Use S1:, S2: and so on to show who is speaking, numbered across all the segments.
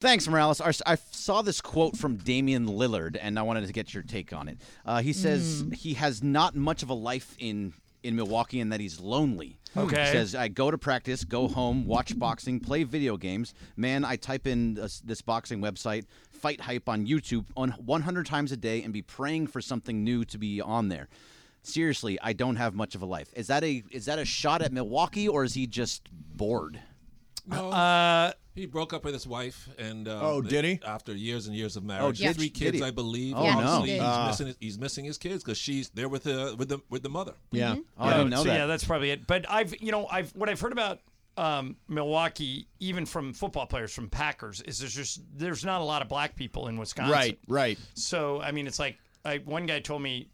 S1: Thanks, Morales. Our, I saw this quote from Damian Lillard, and I wanted to get your take on it. Uh, he says he has not much of a life in in Milwaukee, and that he's lonely.
S2: Okay.
S1: He says I go to practice, go home, watch boxing, play video games. Man, I type in this, this boxing website, fight hype on YouTube on 100 times a day, and be praying for something new to be on there. Seriously, I don't have much of a life. Is that a is that a shot at Milwaukee, or is he just bored?
S3: No,
S2: Uh,
S3: he broke up with his wife, and um,
S4: Oh, did he?
S3: After years and years of marriage,
S1: Oh, did-
S3: three
S1: did
S3: kids,
S1: he?
S3: I believe.
S1: Oh,
S3: and
S1: no.
S3: obviously
S1: He
S3: he's,
S1: did.
S4: Ah.
S3: missing his, he's missing his kids because she's there with the with the with the mother.
S4: Yeah.
S1: Oh, I didn't know
S2: so
S1: that.
S2: yeah, that's probably it. But I've, you know, I've what I've heard about um, Milwaukee, even from football players from Packers, is there's just there's not a lot of black people in Wisconsin.
S4: Right, right.
S2: So I mean, it's like I, one guy told me,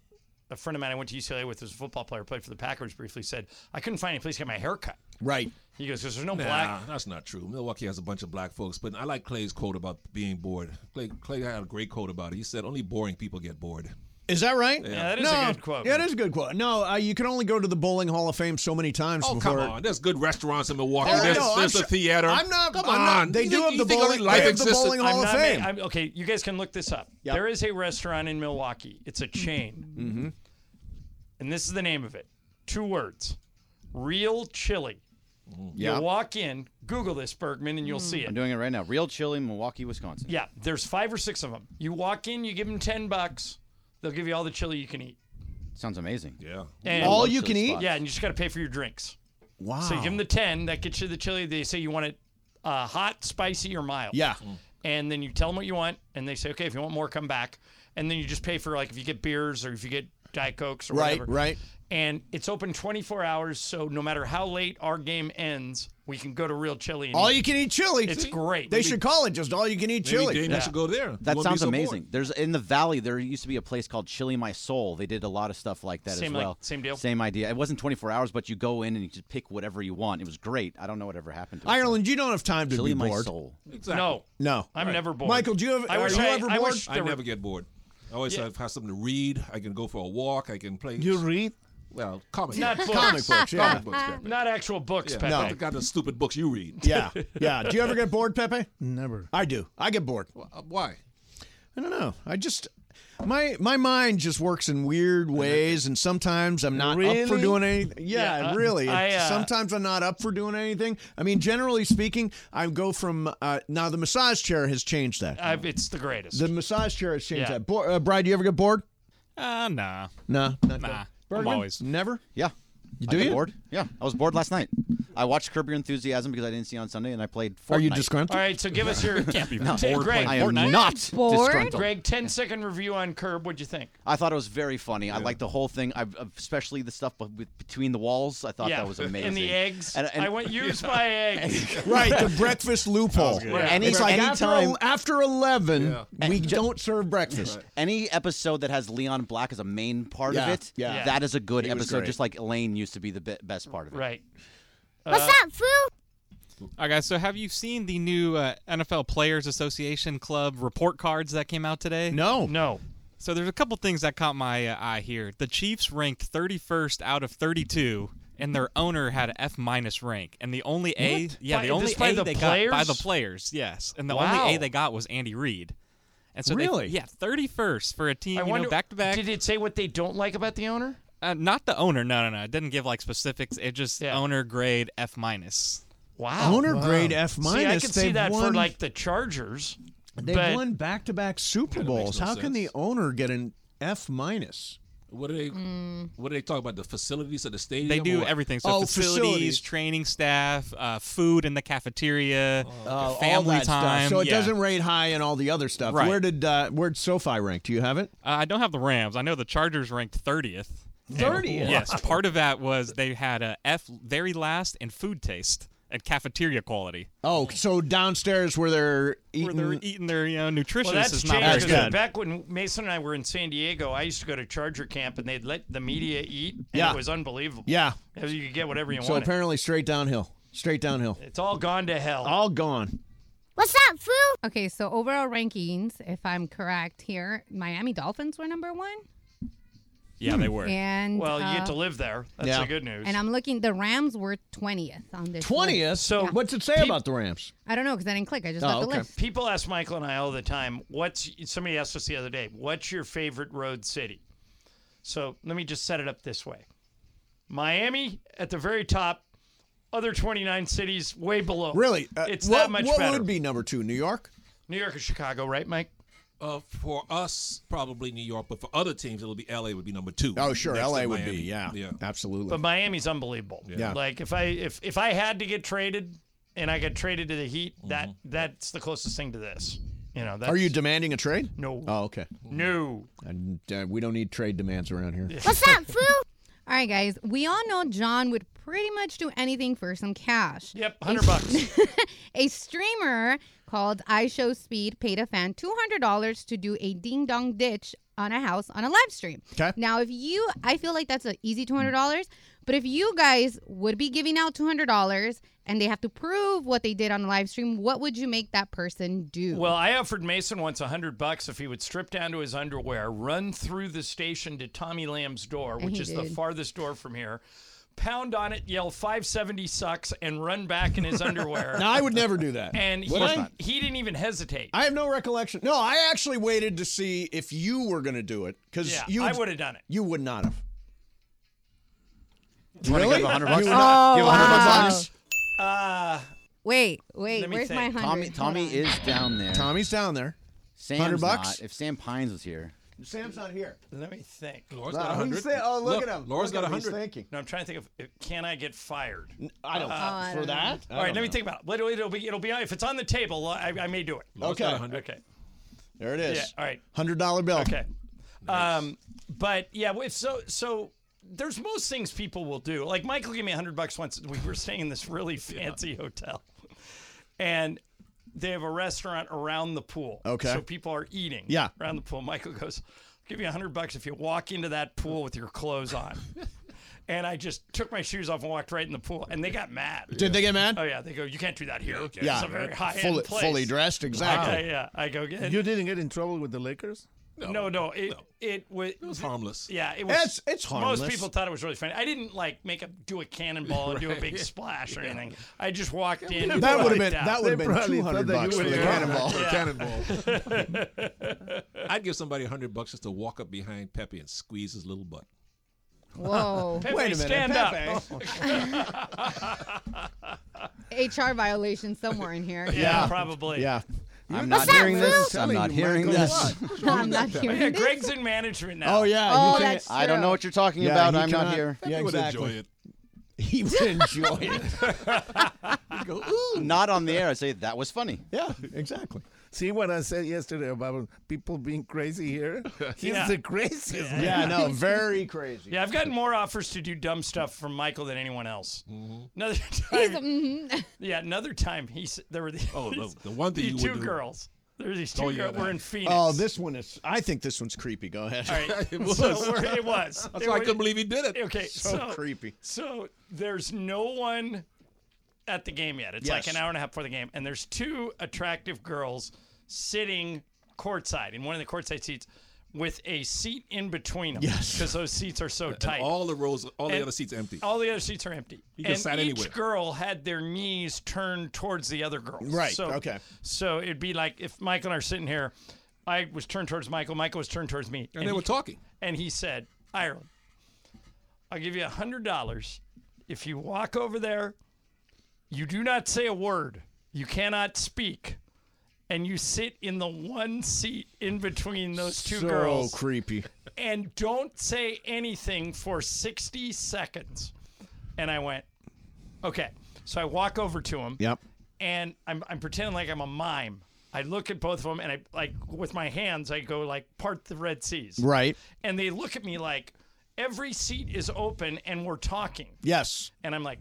S2: a friend of mine I went to UCLA with was a football player, played for the Packers briefly, said I couldn't find any place to get my hair cut.
S4: Right.
S2: He goes, because there's no
S3: Nah,
S2: black.
S3: that's not true. Milwaukee has a bunch of black folks, but I like Clay's quote about being bored. Clay, Clay had a great quote about it. He said, "Only boring people get bored."
S4: Is that right?
S2: Yeah, that is
S4: no.
S2: a good quote.
S4: Yeah, it is a good quote. No, uh, you can only go to the Bowling Hall of Fame so many times
S3: Oh
S4: before.
S3: come on! There's good restaurants in Milwaukee.
S4: Oh, I
S3: there's
S4: know, I'm
S3: there's a
S4: sure-
S3: theater.
S4: I'm not-
S3: Come
S4: I'm
S3: on.
S4: not- they
S3: You
S4: do
S3: think-
S4: have the
S3: you think only
S4: bowling-
S3: life
S4: they have the
S3: existed-
S4: bowling hall.
S2: I'm
S4: of
S2: not.
S4: Fame.
S2: I'm, okay, you guys can look this up.
S4: Yep.
S2: There is a restaurant in Milwaukee. It's a chain, mm-hmm. and this is the name of it. Two words: real chili.
S1: Yeah.
S4: Mm.
S2: You walk in, Google this, Bergman, and you'll see it.
S1: I'm doing it right now. Real chili, Milwaukee, Wisconsin.
S2: Yeah, there's five or six of them. You walk in, you give them 10 bucks, they'll give you all the chili you can eat.
S1: Sounds amazing.
S3: Yeah.
S2: And
S4: All
S1: Love
S4: you
S1: chili
S4: can eat?
S1: spots.
S2: Yeah, and you just got to pay for your drinks.
S4: Wow.
S2: So you give them the 10, that gets you the chili. They say you want it uh, hot, spicy, or mild. Mm.
S4: yeah.
S2: And then you tell them what you want, and they say, okay, if you want more, come back. And then you just pay for, like, if you get beers or if you get Diet Cokes or
S4: Right,
S2: whatever.
S4: right.
S2: And it's open 24 hours, so no matter how late our game ends, we can go to Real Chili. And
S4: All
S2: eat.
S4: you can eat chili.
S2: It's great.
S4: They should call it just all you can eat
S3: Maybe
S4: chili.
S3: Dame
S2: Yeah.
S3: should go there. You wouldn't
S1: That
S3: be
S1: sounds
S3: so bored.
S1: amazing. There's in the valley. There used to be a place called Chili My Soul. They did a lot of stuff like that as
S2: Same, like-
S1: well.
S2: same deal?
S1: Same idea. It wasn't 24 hours, but you go in and you just pick whatever you want. It was great. I don't know what ever happened to it.
S4: Ireland, you don't have time to
S1: Chili
S4: be
S1: My
S4: bored.
S1: Soul.
S3: Exactly.
S2: No.
S4: No.
S2: I'm never bored.
S4: Michael, do you have-
S2: I
S4: are
S2: wish
S4: you
S2: I,
S4: ever
S2: I
S4: bored?
S2: wish
S3: I
S2: there were-
S3: never get bored. I always have, have something to read. I can go for a walk. I can play.
S5: You read?
S3: well, comic
S2: Not
S3: books.
S2: books.
S4: Comic books, yeah.
S3: Comic books, Pepe.
S2: Not actual books,
S3: Yeah,
S2: Pepe.
S3: not the kind of stupid books you read.
S4: yeah. Yeah. Do you ever get bored, Pepe?
S5: Never.
S4: I do. I get bored.
S3: Uh, Why?
S4: I don't know. I just my my mind just works in weird ways, and sometimes I'm not up for
S5: Really?
S4: doing anything. Yeah,
S2: Yeah, uh,
S4: really.
S2: I,
S4: It's-
S2: uh,
S4: sometimes I'm not up for doing anything. I mean, generally speaking, I go from uh, now the massage chair has changed that.
S2: I've, it's the greatest.
S4: the massage chair has changed
S2: Uh, Yeah.
S4: that. Bo- uh, Brian, do you ever get bored?
S5: Uh, nah.
S4: No, not
S5: Nah. I'm
S4: Bergman?
S5: always.
S4: never.
S1: Yeah. You
S4: do
S1: I got
S4: you?
S1: bored? Yeah, I was bored last night. I watched Curb Your Enthusiasm because I didn't see it on Sunday, and I played. Fortnite.
S4: Are you
S2: All
S4: disgruntled?
S2: right, so give us your can't be Greg,
S1: I am not
S6: Bored?
S1: disgruntled.
S2: Greg, 10 second review on Curb. What'd you think?
S1: I thought it was very funny. I liked the whole thing, I, especially the stuff be- with- between the walls. I thought
S2: yeah,
S1: that was amazing.
S2: And the eggs.
S1: And- and-
S2: I went use my eggs.
S4: Right, the breakfast loophole.
S1: Any-
S4: it's like
S1: anytime-
S4: after, after eleven,
S3: Yeah.
S4: we don't serve breakfast.
S1: any episode that has Leon Black as a main part of
S4: Yeah,
S1: it,
S4: yeah.
S1: that is a good
S4: was
S1: episode.
S4: great.
S1: Just like Elaine used to be the be- best part of it.
S2: right.
S6: What's up, fool?
S5: All right, guys. So, have you seen the new uh, NFL Players Association Club report cards that came out today?
S4: No,
S2: No.
S5: So there's a couple things that caught my uh, eye here. The Chiefs ranked 31st out of 32, and their owner had an F minus rank, and the only A, yeah,
S2: By-
S5: the only
S2: just by
S5: A
S2: the
S5: they got by
S2: players?
S5: the players, yes, and the
S2: Wow.
S5: only A they got was Andy Reid. And so
S4: Really?
S5: they, yeah, 31st for a team,
S2: I
S5: you
S2: wonder
S5: know, back to back.
S2: Did it say what they don't like about the owner?
S5: Uh, not the owner, no, no, no. It didn't give like specifics. It just
S2: Yeah.
S5: owner grade F minus.
S2: Oh, Wow.
S4: owner grade F minus.
S2: See, I could see
S4: they've
S2: that for
S4: won-
S2: like the Chargers.
S4: They've
S2: but
S4: won back to back Super
S3: no
S4: Bowls. How can
S3: sense.
S4: the owner get an F minus?
S3: What do they? What do they talk about? The facilities of the stadium.
S5: They do
S3: or-
S5: everything. So
S4: Oh,
S5: facilities,
S4: facilities.
S5: training staff, uh, food in the cafeteria,
S4: Oh,
S5: family
S4: all that stuff.
S5: time.
S4: So it
S5: yeah. Uh,
S4: doesn't rate high in all the other stuff.
S5: Right.
S4: Where did uh, where'd SoFi rank? Do you have it?
S5: Uh, I don't have the Rams. I know the Chargers ranked 30th. And-
S4: 30th?
S5: Yes. Part of that was they had a F very last and food taste and cafeteria quality.
S4: Oh, so downstairs where they're
S5: Where
S4: eating.
S5: they're eating their, you know, nutritionist
S2: Well, that's
S5: is not
S2: changed.
S4: very
S5: very
S2: because
S4: good.
S2: Back when Mason and I were in San Diego, I used to go to Charger camp, and they'd let the media eat, and
S4: Yeah.
S2: it was unbelievable.
S4: yeah.
S2: You could get whatever you
S4: So
S2: wanted.
S4: apparently straight downhill. Straight downhill.
S2: it's all gone to hell.
S4: All gone.
S6: What's up, fool? Okay, so overall rankings, if I'm correct here, Miami Dolphins were number one.
S5: Yeah, they were.
S7: Hmm. And
S2: Well, you
S7: uh,
S2: get to live there. That's
S4: Yeah.
S2: the good news.
S7: And I'm looking. The Rams were twentieth on this. list.
S4: Twentieth.
S2: So-
S4: So what's it say
S2: Peop-
S4: about the Rams?
S7: I don't know because I didn't click. I just
S4: Oh,
S7: got the
S4: okay.
S7: list.
S2: People ask Michael and I all the time, what's somebody asked us the other day, what's your favorite road city? So let me just set it up this way. Miami at the very top, other 29 cities way below.
S4: Really? Uh,
S2: Oh, it's
S4: what,
S2: that much
S4: What
S2: better.
S4: would be number two? New York.
S2: New York or Chicago, right, Mike?
S3: Uh, for us, probably New York, but for other teams, it'll be L.A. would be number two.
S4: Oh, sure.
S3: Next to
S4: L.A. would
S3: Miami.
S4: be. Yeah.
S3: yeah.
S4: Absolutely.
S2: But Miami's unbelievable.
S4: Yeah.
S2: Like if I if if I had to get traded and I got traded to the Heat,
S4: Mm-hmm.
S2: that that's the closest thing to this. You know, that's
S4: Are you demanding a trade?
S2: no
S4: Oh, okay.
S2: no.
S4: And, uh, we don't need trade demands around here.
S6: What's up, fool?
S7: All right, guys. We all know John would pretty much do anything for some cash.
S2: Yep, 100 bucks.
S7: A streamer called iShow Speed paid a fan $200 to do a ding dong ditch on a house on a live stream.
S4: 'Kay.
S7: Now, if you, I feel like that's an easy $200, but if you guys would be giving out $200 and they have to prove what they did on the live stream, what would you make that person do?
S2: well, I offered Mason once 100 bucks if he would strip down to his underwear, run through the station to Tommy Lamb's door, which
S7: he
S2: is the
S7: did.
S2: farthest door from here. Pound on it, yell 570 sucks and run back in his underwear.
S4: No, I would never do that.
S2: And he,
S4: Would I?
S2: he didn't even hesitate.
S4: I have no recollection. No, I actually waited to see if you were going to do it because
S2: yeah,
S4: you
S2: I would have done it.
S4: You would not have.
S1: Wanna
S4: Really?
S1: Give 100
S4: You
S1: bucks?
S4: would not-
S1: Give 100
S7: Oh, wow.
S1: bucks?
S2: Uh,
S7: Wait, wait,
S2: Let me
S7: where's
S2: think.
S7: my 100?
S1: Tommy, Tommy
S7: Hold on.
S1: is down there.
S4: Tommy's down there.
S1: Sam's
S4: 100 bucks?
S1: Not. If Sam Pines was here,
S4: Sam's not here.
S2: let me think.
S3: Laura's got 100.
S4: "Oh,
S3: Laura's got 100.
S4: thinking.
S2: No, I'm trying to think of if- can I get fired? Uh,
S4: I don't
S7: I
S4: for
S7: don't know.
S4: that.
S2: All right, let me think about it. Let- It'll be, it'll be if it's on the table, I, I may do it.
S3: Laura's got
S4: Okay.
S3: 100.
S2: Okay.
S4: There it is.
S2: Yeah, all right.
S4: Hundred dollar bill.
S2: Okay. Um, but yeah, if so, so there's most things people will do. Like Michael gave me a hundred bucks once. We were staying in this really fancy hotel, and they have a restaurant around the pool.
S4: Okay.
S2: So people are eating.
S4: Yeah.
S2: Around the pool, Michael goes, "I'll "Give you a hundred bucks if you walk into that pool with your clothes on." and I just took my shoes off and walked right in the pool, and they got mad.
S4: Did they get mad?
S2: Oh yeah, they go, "You can't do that here.
S4: yeah.
S2: It's a very high
S4: fully,
S2: end place."
S4: fully dressed.
S2: Yeah,
S4: Exactly.
S2: yeah. I go get
S8: You didn't get in trouble with the Lakers?
S2: No, no. It it was.
S3: It was harmless.
S2: Yeah, it was.
S4: It's it's harmless.
S2: Most people thought it was really funny. I didn't like make a do a cannonball and do a big splash or anything. I just walked in. and
S4: that would have
S2: wiped
S4: been
S2: out.
S8: They
S4: that would have been
S8: probably
S4: two
S8: thought
S4: hundred
S8: that you
S4: bucks for
S8: were
S4: the
S8: the
S4: cannonball.
S8: The cannonball.
S3: I'd give somebody 100 bucks just to walk up behind Pepe and squeeze his little butt.
S7: Whoa.
S2: Pepe,
S4: Wait a minute,
S2: stand
S4: Pepe.
S2: up.
S7: HR violation somewhere in here.
S2: Yeah, probably.
S4: Yeah.
S1: I'm not hearing this. I'm not hearing this.
S7: I'm not hearing
S2: Yeah,
S7: this.
S2: Greg's in management now.
S4: Oh yeah.
S7: Oh,
S4: you can-
S7: that's
S1: I don't know what you're talking
S4: Yeah,
S1: about.
S4: he
S1: I'm not
S4: cannot-
S1: here.
S4: Yeah,
S3: He would
S4: exactly.
S3: enjoy it.
S4: He would enjoy it.
S1: Not on the air. I say that was funny.
S4: Yeah, exactly.
S8: See what I said yesterday about people being crazy here? He's
S2: Yeah.
S8: the craziest. man.
S4: Yeah, no, very crazy.
S2: Yeah, I've gotten more offers to do dumb stuff from Michael than anyone else.
S4: Mm-hmm.
S2: Another
S7: He's a-
S2: time,
S7: mhm.
S2: yeah, another time he s- there were these,
S3: Oh, the, the one thing
S2: these
S3: you would
S2: two
S3: do.
S2: girls. There's these two
S3: Oh, yeah,
S2: girls. We're
S3: that-
S2: in Phoenix.
S4: Oh, this one is. I think this one's creepy. Go ahead.
S2: All right.
S3: It was.
S2: So we're- it was.
S3: That's why I couldn't believe he did it.
S2: Okay,
S4: So creepy.
S2: So there's no one at the game yet. It's like
S4: Yes.
S2: an hour and a half before the game, and there's two attractive girls sitting courtside in one of the courtside seats with a seat in between them.
S4: Yes.
S2: because those seats are so tight. All,
S3: All the rows, all the
S2: And-
S3: other seats empty.
S2: the other seats are empty. You
S3: can
S2: and
S3: sit
S2: each
S3: anywhere.
S2: girl had their knees turned towards the other girls.
S4: Right,
S2: So,
S4: okay.
S2: So it'd be like if Michael and I are sitting here, I was turned towards Michael. Michael was turned towards me.
S3: and they
S2: he-
S3: were talking.
S2: and he said, Ireland, I'll give you a hundred dollars if you walk over there, you do not say a word, you cannot speak, and you sit in the one seat in between those two
S4: so
S2: girls
S4: creepy.
S2: and don't say anything for 60 seconds. And I went, Okay. So I walk over to him
S4: Yep.
S2: and I'm, I'm pretending like I'm a mime. I look at both of them and I like with my hands I go like part the Red Seas
S4: Right.
S2: and they look at me like every seat is open and we're talking
S4: Yes.
S2: and i'm like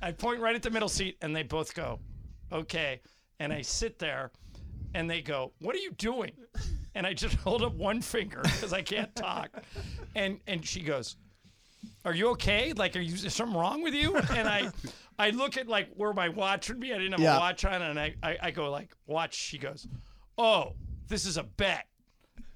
S2: i point right at the middle seat and they both go okay and i sit there and they go what are you doing and i just hold up one finger because i can't talk and and she goes are you okay like are you is something wrong with you and i i look at like where my watch would be i didn't have
S4: Yeah.
S2: a watch on and I, I i go like watch she goes oh this is a bet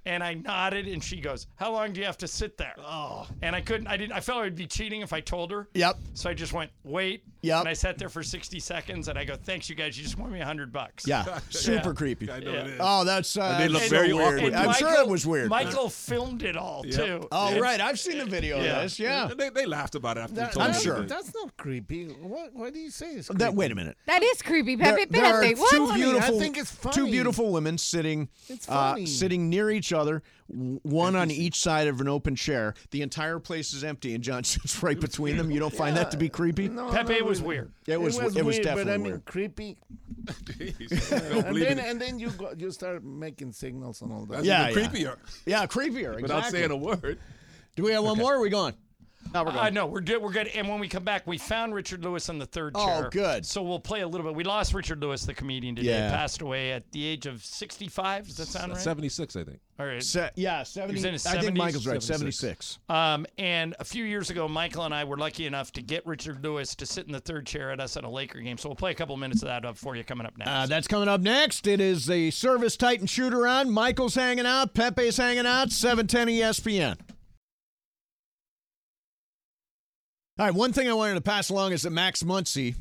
S2: And I nodded, and she goes, "How long do you have to sit there?" Oh. And I couldn't. I didn't. I felt I would be cheating if I told her.
S4: Yep.
S2: So I just went, "Wait."
S4: Yep.
S2: And I sat there for 60 seconds, and I go, "Thanks, you guys. You just won me a hundred bucks."
S4: Yeah, super
S2: Yeah.
S4: creepy.
S3: I know it is.
S4: Oh, that's uh,
S3: they look
S4: so
S3: very
S4: weird.
S3: awkward.
S2: And
S4: I'm
S2: Michael-
S4: sure it was weird.
S2: Michael filmed it all too.
S4: oh,
S2: And-
S4: right, I've seen a video
S2: Yeah.
S4: of this. Yeah,
S3: They, they laughed about it after we
S8: That-
S3: told
S4: I'm
S3: them.
S8: that-
S4: sure.
S8: That's not creepy. What, what do you say? Is
S4: that. Wait a minute.
S7: That is creepy,
S4: There-
S7: Pepe.
S4: there are
S7: Espérate, what?
S4: two beautiful,
S8: think it's
S4: two
S8: funny.
S4: beautiful women sitting,
S8: It's
S4: uh,
S8: funny.
S4: sitting near each other, w- one on each side of an open chair. The entire place is empty, and John sits right between them. You don't find that to be creepy?
S8: No,
S2: Pepe
S8: no,
S2: was
S8: we-
S2: weird.
S4: It was, it was,
S8: weird,
S4: definitely
S8: but I mean
S4: weird.
S8: creepy.
S3: Don't
S8: And
S3: believe
S8: then
S3: it.
S8: and then you go, you start making signals and all that.
S3: That's
S4: Yeah,
S3: even
S4: yeah.
S3: creepier
S4: Yeah, creepier. Exactly.
S3: without saying a word.
S4: Do we have one more? Or are we gone?
S1: Now we're
S2: I
S1: going.
S2: know we're good. We're good. And when we come back, we found Richard Lewis on the third
S4: Oh,
S2: chair.
S4: good.
S2: So we'll play a little bit. We lost Richard Lewis, the comedian today.
S4: Yeah.
S2: Passed away at the age of 65. Does that sound right?
S3: 76, I think.
S2: All right.
S4: Se- yeah, seventy.
S2: in his
S4: I think
S2: 70s?
S4: Michael's right.
S3: 76.
S4: Seventy-six.
S2: Um, and a few years ago, Michael and I were lucky enough to get Richard Lewis to sit in the third chair at us at a Laker game. So we'll play a couple minutes of that up for you coming up next.
S4: Uh, that's coming up next. It is the Service Titan shoot around. Michael's hanging out. Pepe's hanging out. E 710 ESPN. All right, one thing I wanted to pass along is that Max Muncy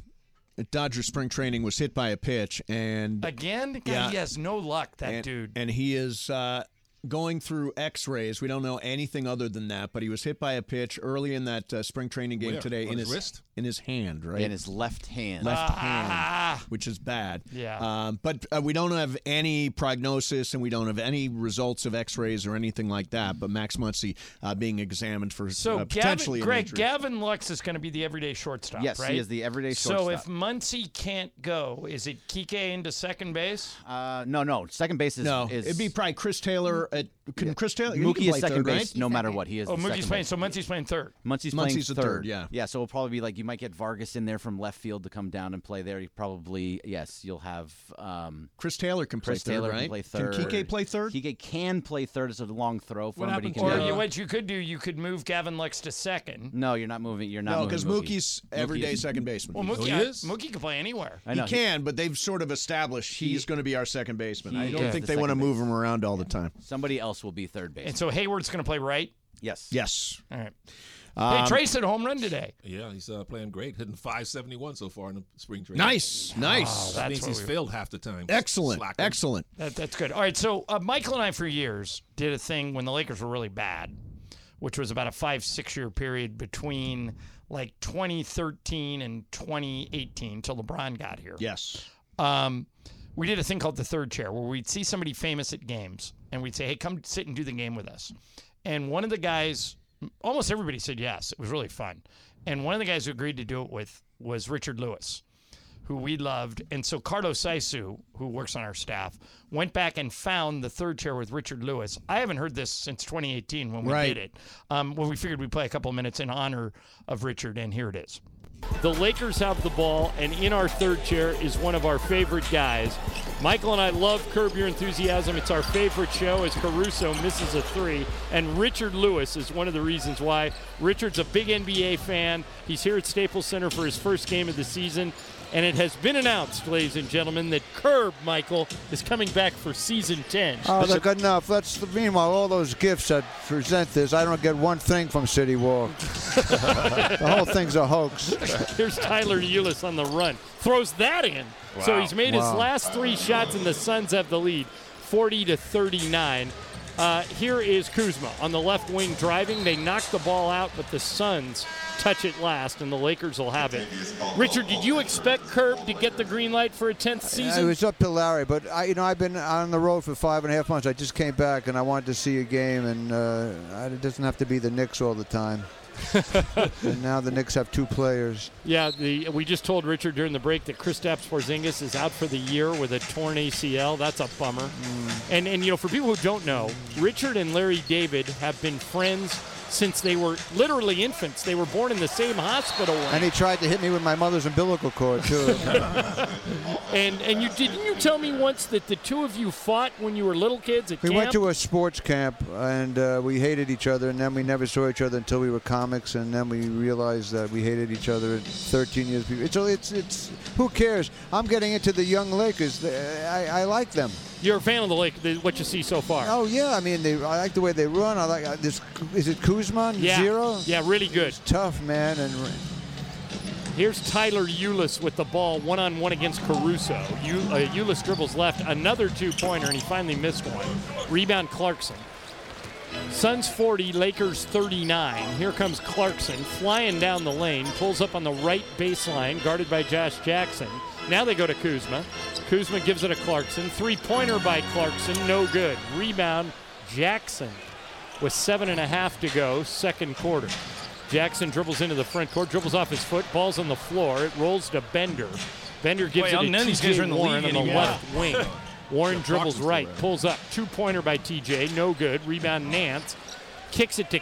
S4: at Dodger Spring Training was hit by a pitch, and
S2: Again, God,
S4: yeah.
S2: he has no luck. That
S4: and,
S2: dude.
S4: and he is uh, going through X-rays. We don't know anything other than that, but he was hit by a pitch early in that uh, spring training game
S3: Where?
S4: today
S3: On
S4: in
S3: his wrist?
S4: in his hand, right?
S1: In his left hand.
S4: left
S2: Ah.
S4: hand, which is bad.
S2: Yeah.
S4: Um, but uh, we don't have any prognosis, and we don't have any results of X-rays or anything like that. But Max Muncy uh, being examined for
S2: So
S4: uh,
S2: Gavin,
S4: potentially an
S2: Greg,
S4: injury.
S2: Gavin Lux is going to be the everyday shortstop.
S1: Yes,
S2: right?
S1: he is the everyday
S2: So
S1: shortstop.
S2: if Muncy can't go, is it Kike into second base?
S1: Uh, no, no. Second base is
S4: no,
S1: is
S4: it'd be probably Chris Taylor. At, can Chris Taylor? he can
S1: Mookie
S4: play
S1: is second
S4: third, right?
S1: base. No matter what, he is.
S2: Oh,
S1: the
S2: Mookie's
S1: second
S2: playing.
S1: base.
S2: So Muncy's playing third.
S1: Muncy's playing
S4: Muncy's the
S1: third.
S4: third, yeah.
S1: yeah. So it'll probably be like you might get Vargas in there from left field to come down and play there. You probably yes, you'll have um,
S4: Chris Taylor can play
S1: Chris
S4: third,
S1: Taylor
S4: right?
S1: can play third.
S4: Can Kike play third?
S1: Kike can play third as a long throw for
S3: What
S1: him, but he
S3: happened
S1: can.
S2: Or
S3: Yeah.
S2: you, what you could do, you could move Gavin Lux to second.
S1: no, you're not moving. You're not.
S4: no, because
S1: because
S4: Mookie's everyday second baseman.
S2: Well, Mookie,
S3: Oh,
S2: uh,
S3: he is?
S2: Mookie could play anywhere.
S1: I know,
S4: he can, but they've sort of established he's going to be our second baseman. I
S1: he
S4: don't
S1: is
S4: think
S1: the
S4: they want to
S1: second
S4: move him around all the time.
S1: Somebody else will be third base.
S2: And so Hayward's going to play right.
S1: yes.
S4: Yes. Um,
S2: All right.
S8: Um,
S2: hey, Trace at home run today.
S3: Yeah, he's uh, playing great, hitting 571 so far in the spring training.
S4: Nice. Nice.
S3: That
S2: Oh, That's
S3: means
S2: what
S3: he's
S2: we-
S3: failed half the time.
S4: Excellent.
S3: Slacker.
S4: Excellent.
S2: That, that's good. All right. So uh, Michael and I, for years, did a thing when the Lakers were really bad, which was about a five, six year period between like 2013 and 2018 till LeBron got here.
S4: Yes.
S2: um, we did a thing called the third chair where we'd see somebody famous at games and we'd say, hey, come sit and do the game with us. And one of the guys, almost everybody said yes. It was really fun. And one of the guys who agreed to do it with was Richard Lewis, who we loved. And so Carlos Saisu, who works on our staff, went back and found the third chair with Richard Lewis. I haven't heard this since 2018 when we
S4: Right.
S2: did it, um, when we figured we'd play a couple of minutes in honor of Richard. And here it is. The Lakers have the ball, and in our third chair is one of our favorite guys. Michael and I love Curb Your Enthusiasm. It's our favorite show as Caruso misses a three. And Richard Lewis is one of the reasons why. Richard's a big NBA fan. He's here at Staples Center for his first game of the season. And it has been announced, ladies and gentlemen, that Curb, Michael, is coming back for season 10.
S9: Oh, that's good enough. That's the, meanwhile all those gifts that present this. I don't get one thing from City Walk. the whole thing's a hoax.
S2: Here's Tyler Eulis on the run. Throws that in. So he's made his last three shots, and the Suns have the lead 40 to 39. Uh, here is Kuzma on the left wing driving. They knock the ball out, but the Suns touch it last, and the Lakers will have it. Richard, did you expect Curb to get the green light for a 10th
S9: It
S2: season?
S9: was up to Larry, but I, you know, I've been on the road for five and a half months. I just came back and I wanted to see a game, and uh, I- it doesn't have to be the Knicks all the time. and now the Knicks have two players.
S2: Yeah, the we just told Richard during the break that Kristaps Porzingis is out for the year with a torn ACL. That's a bummer.
S9: Mm.
S2: And and you know, for people who don't know, Richard and Larry David have been friends since they were literally infants. They were born in the same hospital.
S9: And he tried to hit me with my mother's umbilical cord too.
S2: And and you didn't you tell me once that the two of you fought when you were little kids at
S9: we
S2: camp?
S9: went to a sports camp and uh, we hated each other, and then we never saw each other until we were comics, and then we realized that we hated each other at 13 years. It's it's it's who cares? I'm getting into the young Lakers. I, I like them.
S10: You're a fan of the Lake, the, what you see so far.
S9: Oh yeah, I mean they. I like the way they run. I like uh, this. Is it Kuzman?
S10: yeah.
S9: Zero.
S10: Yeah, really good.
S9: Tough man, and
S10: Here's Tyler Eulis with the ball one on one against Caruso. Eu- uh, Eulis dribbles left, another two pointer, and he finally missed one. Rebound Clarkson. Suns 40, Lakers 39. Here comes Clarkson flying down the lane, pulls up on the right baseline, guarded by Josh Jackson. Now they go to Kuzma. Kuzma gives it to Clarkson. Three pointer by Clarkson, no good. Rebound Jackson with seven and a half to go, second quarter. Jackson dribbles into the front court, dribbles off his foot, ball's on the floor. It rolls to Bender. Bender gives
S2: Wait,
S10: it
S2: I
S10: to
S2: didn't know these guys
S10: TJ
S2: were in the
S10: Warren
S2: league
S10: on the
S2: anymore.
S10: left wing. Warren
S2: Yeah,
S10: dribbles
S2: Clarkson's
S10: right,
S2: still there.
S10: pulls up. Two pointer by TJ, no good. Rebound Nance, kicks it to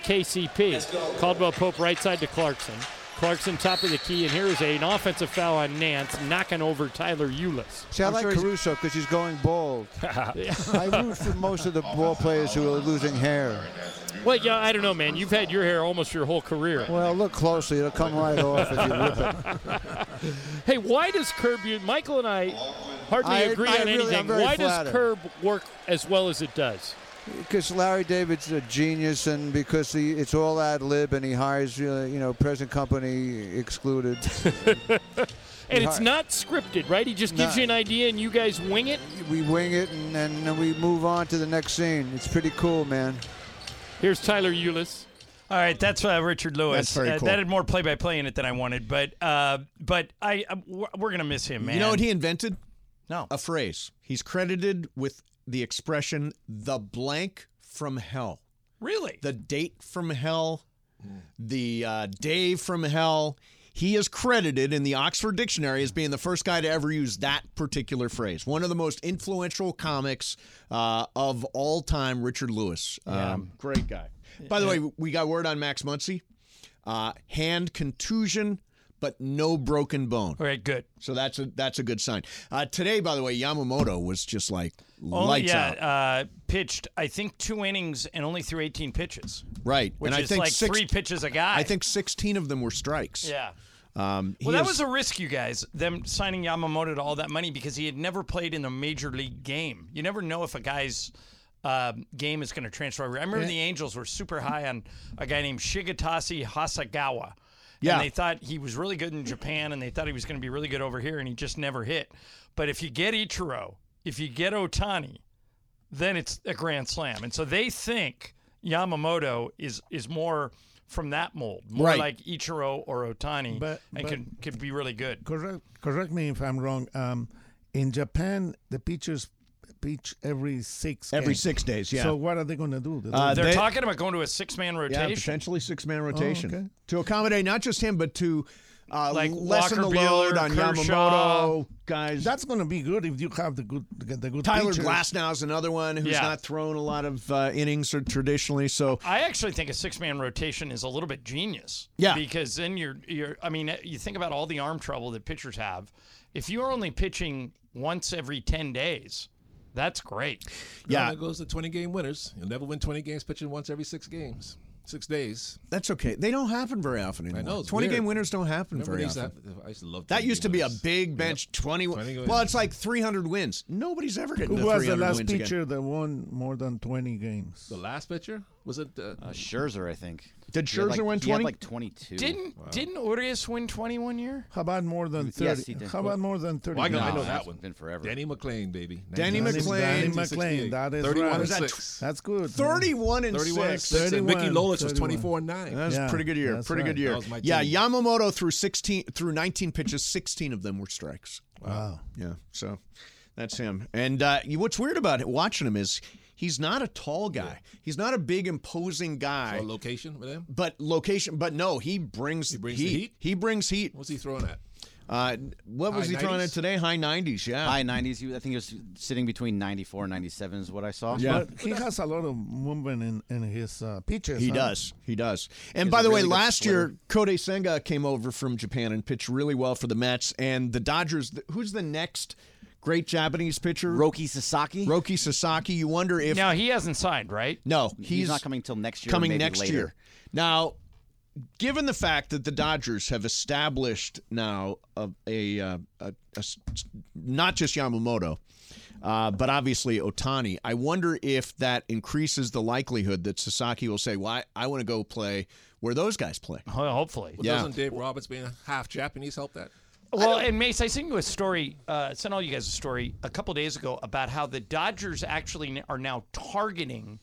S10: KCP. Caldwell Pope right side to Clarkson. Clarkson top of the key, and here is an offensive foul on Nance, knocking over Tyler Eulis.
S9: see, I like Caruso because he's going bald. I root for most of the ball players who are losing hair.
S10: Well, yeah, I don't know, man. You've had your hair almost your whole career.
S9: Well, look closely; it'll come right off if you rip it.
S10: Hey, why does Curb? You, Michael and I hardly
S9: I-
S10: agree
S9: I
S10: on
S9: really-
S10: anything.
S9: I'm very
S10: why does
S9: flattered.
S10: Curb work as well as it does?
S9: Because Larry David's a genius, and because he, it's all ad lib, and he hires uh, you know present company excluded.
S10: And
S9: He
S10: it's
S9: hi-
S10: not scripted, right? He just gives
S9: No.
S10: you an idea, and you guys wing it.
S9: we wing it, and then we move on to the next scene. It's pretty cool, man.
S10: Here's Tyler Eulis.
S2: All right, that's uh, Richard Lewis.
S9: That's very
S2: Uh,
S9: cool.
S2: That had more play-by-play in it than I wanted, but uh, but I uh, we're we're gonna miss him, man.
S4: You know what he invented?
S2: No.
S4: A phrase. He's credited with the expression the blank from hell.
S2: Really?
S4: The date from hell, the uh, day from hell. He is credited in the Oxford Dictionary as being the first guy to ever use that particular phrase. One of the most influential comics uh, of all time, Richard Lewis. Um, great guy. By the way, we got word on Max Muncy. Uh, hand contusion, but no broken bone.
S2: All right, good.
S4: So that's a that's a good sign. Uh, today, by the way, Yamamoto was just like
S2: Only,
S4: lights out.
S2: Oh, yeah, uh, pitched I think two innings and only threw 18 pitches,
S4: Right,
S2: which
S4: and I
S2: is
S4: think
S2: like
S4: six-
S2: three pitches a guy.
S4: I think sixteen of them were strikes.
S2: Yeah.
S4: Um, he
S2: Well, that
S4: is-
S2: was a risk, you guys, them signing Yamamoto to all that money because he had never played in a major league game. You never know if a guy's uh, game is going to transfer over. I remember
S4: Yeah.
S2: the Angels were super high on a guy named Shigatasi Hasagawa.
S4: Yeah.
S2: And they thought he was really good in Japan and they thought he was going to be really good over here and he just never hit. But if you get Ichiro, if you get Otani, then it's a grand slam. And so they think Yamamoto is is more from that mold, more
S8: Right.
S2: like Ichiro or Otani,
S8: But-
S2: and
S8: but-
S2: could could be really good.
S8: Correct. Correct me if I'm wrong. Um, in Japan, the pitchers pitch every six.
S4: Every
S8: games.
S4: six days, yeah.
S8: So what are they going to do?
S4: Uh,
S2: They're
S4: they-
S2: talking about going to a six man
S4: Yeah,
S2: rotation.
S4: potentially six
S8: Oh.
S4: man rotation
S8: okay.
S4: to accommodate not just him, but to uh,
S2: Like
S4: lessen
S2: Walker
S4: the load
S2: Buehler,
S4: on
S2: Kershaw.
S3: uh,
S4: Yamamoto guys.
S8: That's going to be good if you have the good the good
S4: Tyler
S8: pitchers.
S4: Glasnow is another one who's
S2: Yeah.
S4: not thrown a lot of uh, innings or traditionally. So
S2: I actually think a six man rotation is a little bit genius.
S4: Yeah.
S2: Because then you're you're I mean, eh, you think about all the arm trouble that pitchers have. If you're only pitching once every ten days, that's great.
S3: Yeah.
S4: yeah,
S3: that goes to 20 game winners. You'll never win 20 games pitching once every six games, six days.
S4: that's okay. They don't happen very often anymore.
S3: know, it's
S4: Twenty
S3: weird.
S4: game winners don't happen
S3: Remember
S4: very
S3: they used to
S4: often.
S3: have- I used to love
S4: That
S3: 20
S4: used to
S3: game
S4: be a
S3: winners.
S4: big bench, 20,
S3: 20
S4: Well,
S3: wins.
S4: it's like 300 wins. Nobody's ever
S8: Who
S4: getting to
S8: was
S4: 300
S8: the last
S4: wins
S8: pitcher
S4: again.
S8: that won more than 20 games?
S3: The last pitcher was it? Uh,
S1: Uh, Scherzer, I think.
S4: Did
S1: He had
S4: Scherzer
S1: like,
S4: win
S1: He had
S4: 20?
S1: like 22.
S2: Didn't didn't Urias win twenty one year?
S8: How about more than 30?
S1: Yes, he did.
S8: How about more than 30?
S3: Well, I know, I
S1: No,
S3: know
S1: that's
S3: that one.
S1: been forever.
S3: Danny McLean, baby.
S8: Danny
S4: Danny McLean.
S8: McLean,
S3: 1968.
S8: that is
S3: 31
S8: right.
S3: and
S8: Is that
S3: six.
S8: That's good.
S4: 31 and
S3: 31 and
S4: 6.
S3: 6. And Mickey
S8: 31,
S3: Lolich was
S8: 31.
S3: 24 and 9.
S4: That was a
S8: Yeah,
S4: pretty good year.
S8: that's
S4: Pretty
S8: right.
S4: good year.
S3: That was my
S4: Yeah,
S3: team.
S4: Yamamoto through 16 through 19 pitches, 16 of them were strikes. Wow. Yeah. So that's him. And uh, you- what's weird about it, watching him is he's not a tall guy. He's not a big imposing guy.
S3: Or location with him.
S4: but location, but no, he brings,
S3: brings the
S4: heat.
S3: heat?
S4: He brings heat.
S3: What's he throwing at?
S4: Uh, what was
S3: High
S4: he throwing
S3: 90s?
S4: at today? High 90s. Yeah.
S1: High 90s. He, I think he was sitting between 94 and 97 is what I saw.
S4: Yeah.
S8: But he has a lot of movement in, in his uh, pitches.
S4: He
S8: huh?
S4: does. He does. And
S1: He's
S4: by
S1: a
S4: the way,
S1: really good
S4: last year
S1: splitter.
S4: Kode Senga came over from Japan and pitched really well for the Mets and the Dodgers. th- Who's the next great Japanese pitcher?
S1: Roki Sasaki.
S4: Roki Sasaki. You wonder if
S2: Now he hasn't signed, right?
S4: no, he's,
S1: he's, not coming till next year. or
S4: coming
S1: maybe
S4: next
S1: later.
S4: year. Now, given the fact that the Dodgers have established now a, a, uh, a- a s- not just Yamamoto, Uh, but obviously, Otani. I wonder if that increases the likelihood that Sasaki will say, "Well, I, I want to go play where those guys play."
S2: Oh, hopefully.
S4: yeah.
S3: Doesn't Dave Roberts being half Japanese help that?
S2: Well, and Mace, I sent you a story, uh, sent all you guys a story a couple days ago about how the Dodgers actually n- are now targeting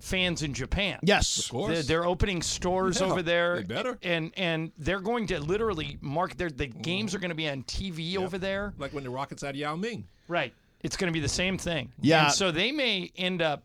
S2: fans in Japan.
S4: Yes. Of course.
S2: They're, they're opening stores
S4: Yeah,
S2: over there.
S4: they better.
S2: And and they're going to literally market their the games are going to be on TV over there.
S3: Mm-hmm. Like when the Rockets had Yao Ming.
S2: Right. It's going to be the same thing.
S4: Yeah.
S2: And so they may end up,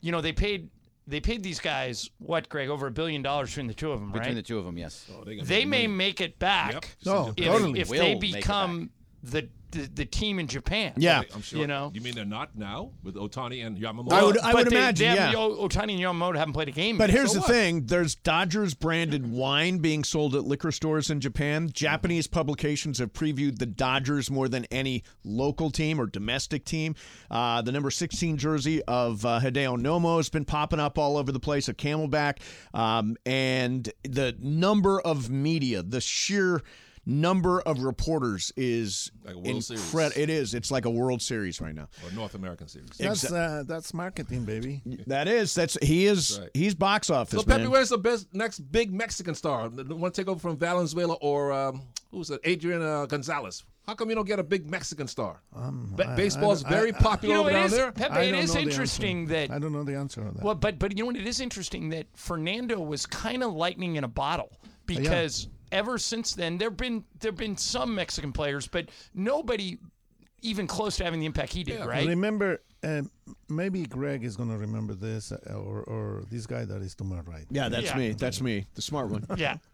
S2: you know, they paid they paid these guys what, Greg, over a billion dollars between the two of them,
S1: Between
S2: right?
S1: the two of them, yes.
S2: they may make it back.
S1: Yep.
S3: No,
S2: if,
S3: totally.
S2: if
S1: Will
S2: they
S1: make it back.
S2: become the, the the team in Japan.
S3: I'm sure.
S2: You know.
S3: You mean they're not now with Otani and Yamamoto?
S4: I would-
S2: But
S4: I would
S2: they-
S4: imagine,
S2: They
S4: yeah.
S2: Otani and Yamamoto haven't played a game.
S4: But
S2: yet.
S4: here's
S2: So
S4: the
S2: what?
S4: thing: there's Dodgers branded wine being sold at liquor stores in Japan. Japanese publications have previewed the Dodgers more than any local team or domestic team. Uh, the number 16 jersey of uh, Hideo Nomo has been popping up all over the place at Camelback, um, and the number of media, the sheer number of reporters is
S3: Like a World Series.
S4: incre- It is. It's like a World Series right now.
S3: Or North American series.
S8: That's
S4: Exa-
S8: uh, that's marketing, baby.
S4: That is. That's he is.
S3: That's right.
S4: He's box office.
S3: So Pepe,
S4: man.
S3: where's the best next big Mexican star? Want to take over from Valenzuela or um, who's it? Adrian uh, Gonzalez. How come you don't get a big Mexican star?
S4: Um,
S3: Ba-
S8: I-
S3: baseball's
S8: I-
S3: very
S8: I-
S3: popular
S2: You know,
S3: over
S2: it
S3: down
S2: is-
S3: there.
S2: Pepe,
S8: I
S2: it
S8: don't
S2: is
S8: know the answer.
S2: interesting that.
S8: I don't know the answer to that.
S2: Well, but but you know what? It is interesting that Fernando was kind of lightning in a bottle because ever since then there've been there've been some Mexican players, but nobody even close to having the impact he did. Right?
S8: Remember, um, maybe Greg is going to remember this, uh, or, or this guy that is to my right.
S4: Yeah, that's
S2: Yeah.
S4: me. That's me. The smart one.
S2: yeah.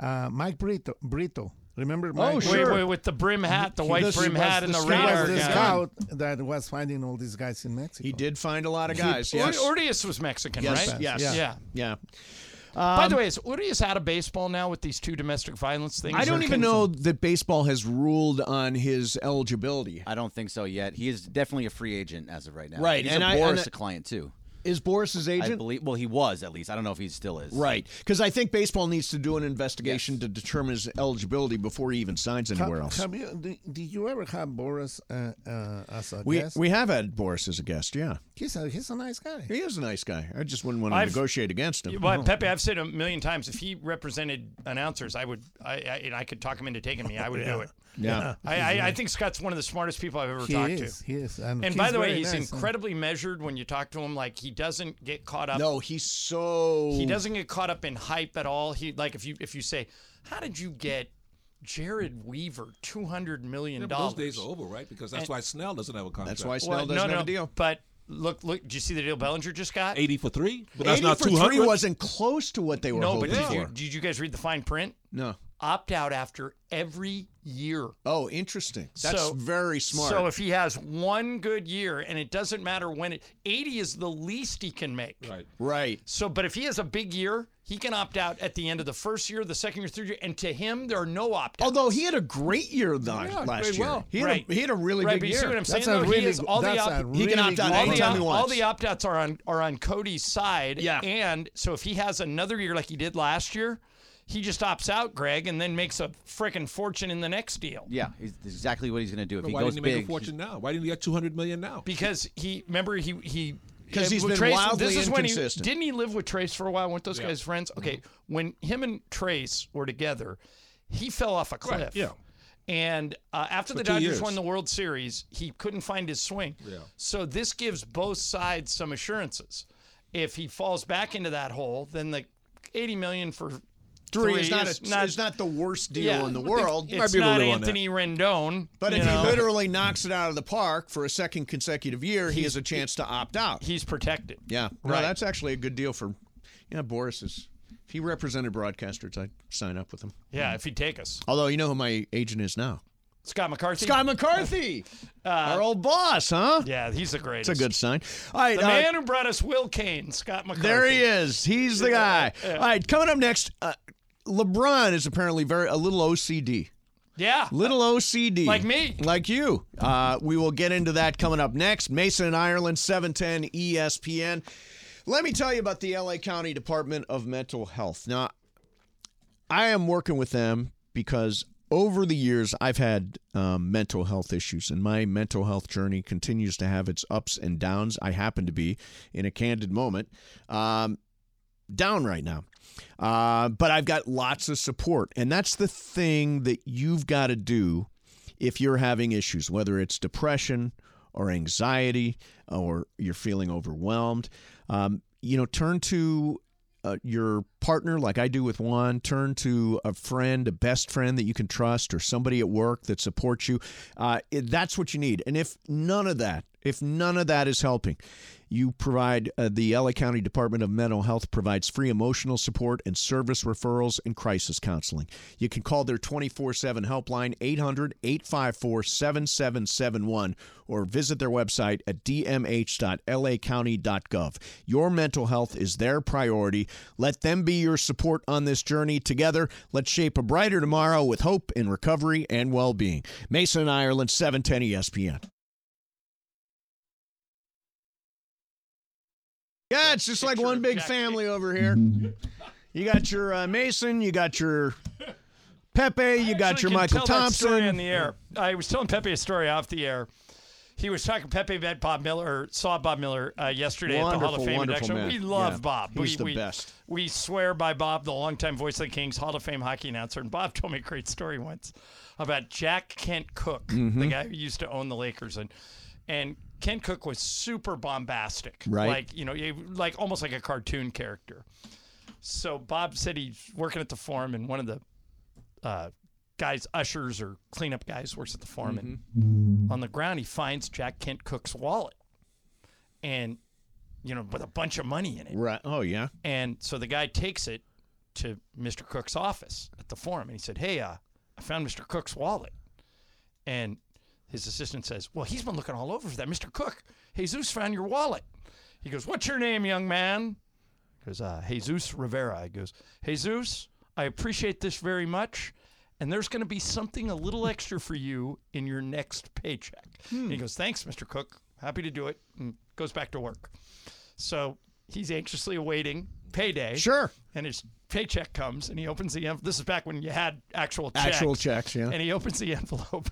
S8: Uh, Mike Brito. Brito. Remember Mike?
S4: Oh,
S2: Wait,
S4: sure.
S2: wait, with the brim hat, the
S8: He-
S2: white
S8: this
S2: brim
S8: was
S2: hat, and the
S8: scout-
S2: radar
S8: was the
S2: gun.
S8: scout that was finding all these guys in Mexico.
S4: He did find a lot of guys. yes.
S2: Ur- Urias was Mexican,
S4: yes.
S2: right?
S4: Yes.
S2: Yeah.
S4: Yeah.
S2: By
S4: Um,
S2: the way, is Urias out of baseball now with these two domestic violence things?
S4: I
S2: Or
S4: don't even
S2: can-
S4: know that baseball has ruled on his eligibility.
S1: I don't think so yet. He is definitely a free agent as of right now.
S4: Right,
S1: He's
S4: and
S1: a
S4: I- and
S1: Boris
S4: I-
S1: a client too.
S4: Is Boris's
S1: I
S4: agent?
S1: believe. Well, he was at least. I don't know if he still is.
S4: Right, because I think baseball needs to do an investigation to determine his eligibility before he even signs
S8: Have-
S4: anywhere else.
S8: Have you, do, did you ever have Boris uh, uh, as a
S4: we
S8: guest?
S4: we have had Boris as a guest. Yeah,
S8: he's, a, he's a nice guy.
S4: he is a nice guy. I just wouldn't want to
S2: I've-
S4: negotiate against him. Oh.
S2: Well, Pepe, I've said a million times if he represented announcers, I would, I, I, and I could talk him into taking me. I would do it.
S4: yeah.
S2: I, I, I think Scott's one of the smartest people I've ever
S8: He
S2: talked
S8: is.
S2: to.
S8: He is. And,
S2: And by the way,
S8: very
S2: he's
S8: nice, huh?
S2: incredibly measured when you talk to him. Like he doesn't get caught up.
S4: No, he's so
S3: Oh.
S2: He doesn't get caught up in hype at all. He like if you if you say, how did you get Jared Weaver two hundred million
S3: Yeah, but those
S2: dollars?
S3: days are over, right? Because that's
S2: And-
S3: why Snell doesn't have a contract.
S4: That's why Snell doesn't
S2: no,
S4: have
S2: no,
S4: a deal.
S2: But look, look, did you see the deal Bellinger just got?
S3: 80 for three, but that's
S4: 80
S3: not
S4: for
S3: 200.
S4: three wasn't close to what they were
S2: no, but
S4: hoping
S2: did
S4: for.
S2: you, did you guys read the fine print?
S4: No.
S2: Opt out after every year.
S4: Oh, interesting. That's
S2: So-
S4: very smart.
S2: So if he has one good year, and it doesn't matter when it, 80 is the least he can make.
S3: Right.
S4: right.
S2: So, but if he has a big year, he can opt out at the end of the first year, the second year, third year, and to him, there are no opt outs.
S4: Although Oh, he had a great year though, last
S3: played
S4: year.
S3: well.
S4: He, had a, he had a really
S2: right,
S4: good
S2: but
S4: year.
S2: You see what I'm saying?
S8: That's a
S2: though?
S8: really
S2: he is
S8: good-
S2: all the
S8: that's a
S2: opt-
S8: He can really opt out good
S2: all the,
S8: anytime
S2: op-
S8: he
S2: all
S4: wants.
S2: the opt outs are on are on Cody's side.
S4: Yeah.
S2: And so if he has another year like he did last year, he just opts out, Greg, and then makes a frickin' fortune in the next deal.
S1: Yeah, he's that's exactly what he's going to do if
S3: But
S1: he
S3: why
S1: goes
S3: didn't he make
S1: big.
S3: a fortune now? Why didn't he get 200 million now?
S2: because he remember he he
S4: 'Cause he's
S2: with
S4: been
S2: Trace,
S4: wildly
S2: this is when he,
S4: inconsistent. Mm-hmm.
S2: didn't he live with Trace for a while? Weren't those
S3: Yeah.
S2: guys friends? Okay, when him and Trace were together, he fell off a cliff.
S3: yeah.
S2: And uh, after the
S3: two
S2: Dodgers
S3: years.
S2: won the World Series, he couldn't find his swing.
S3: Yeah.
S2: So this gives both sides some assurances. If he falls back into that hole, then the 80 million for
S4: Three is not,
S2: is
S4: a, is not the worst deal
S2: yeah,
S4: in the
S2: but
S4: world.
S3: might
S2: It's
S3: be able to
S2: not
S3: live on that.
S2: Anthony Rendon.
S4: but
S2: you
S4: if
S2: know?
S4: he literally knocks it out of the park for a second consecutive year, he has a chance to opt out.
S2: he's protected.
S4: yeah. No,
S2: right.
S4: that's actually a good deal for yeah, Boris is if he represented broadcasters, I'd sign up with him.
S2: Yeah, if he'd take us.
S4: Although you know who my agent is now.
S2: Scott McCarthy. Uh,
S4: Scott McCarthy. our old boss, huh?
S2: Yeah, he's the greatest.
S4: It's a good sign. All right,
S2: The
S4: uh,
S2: man who brought us Will Kane, Scott McCarthy.
S4: There he is. He's the guy. All right, coming up next, uh, LeBron is apparently very a little OCD.
S2: Yeah.
S4: Little OCD.
S2: Like me.
S4: Like you. Uh, we will get into that coming up next. Mason in Ireland, E 710 ESPN. Let me tell you about the LA County Department of Mental Health. Now, I am working with them because over the years, I've had um, mental health issues, and my mental health journey continues to have its ups and downs. I happen to be, in a candid moment, um, down right now. Uh, but I've got lots of support, and that's the thing that you've got to do if you're having issues, whether it's depression or anxiety or you're feeling overwhelmed. Um, you know, turn to uh, your partner, like I do with Juan, turn to a friend, a best friend that you can trust, or somebody at work that supports you. Uh, it- that's what you need. And if none of that, if none of that is helping, you provide uh, the LA County Department of Mental Health provides free emotional support and service referrals and crisis counseling. You can call their 24 7 helpline, 800 854 7771, or visit their website at dmh.lacounty.gov. Your mental health is their priority. Let them be your support on this journey. Together, let's shape a brighter tomorrow with hope in recovery and well being. Mason and Ireland, E 710 ESPN. Yeah, it's just like one big family over here. You got your uh, Mason, you got your Pepe, you got your
S2: actually can
S4: Michael
S2: tell that
S4: Thompson.
S2: story on the air. I was telling Pepe a story off the air. He was talking. Pepe met Bob Miller, or saw Bob Miller uh, yesterday at the Hall
S4: Wonderful,
S2: of Fame
S4: wonderful
S2: induction.
S4: man.
S2: We love
S4: Yeah,
S2: Bob.
S4: he's
S2: we,
S4: the
S2: we,
S4: best.
S2: We swear by Bob, the longtime voice of the Kings Hall of Fame hockey announcer. And Bob told me a great story once about Jack Kent Cook, the
S4: Mhm.
S2: guy who used to own the Lakers, and and Kent Cook was super bombastic,
S4: Right.
S2: Like you know, he- like almost like a cartoon character. So Bob said he's working at the farm, and one of the uh, guys, ushers or cleanup guys, works at the farm, and on the ground he finds Jack Kent Cook's wallet, and you know, with a bunch of money in it.
S4: Right. Oh yeah.
S2: And so the guy takes it to Mr. Cook's office at the farm, and he said, "Hey, uh, I found Mr. Cook's wallet." And his assistant says, "Well, he's been looking all over for that, Mr. Cook. Jesus found your wallet." He goes, "What's your name, young man?" He goes, uh, "Jesus Rivera." He goes, "Jesus, I appreciate this very much." And there's going to be something a little extra for you in your next paycheck.
S4: Hmm.
S2: And He goes, Thanks, Mr. Cook. Happy to do it. And goes back to work. So he's anxiously awaiting payday.
S4: Sure.
S2: And his paycheck comes and he opens the envelope. This is back when you had actual checks.
S4: Actual checks, yeah.
S2: And he opens the envelope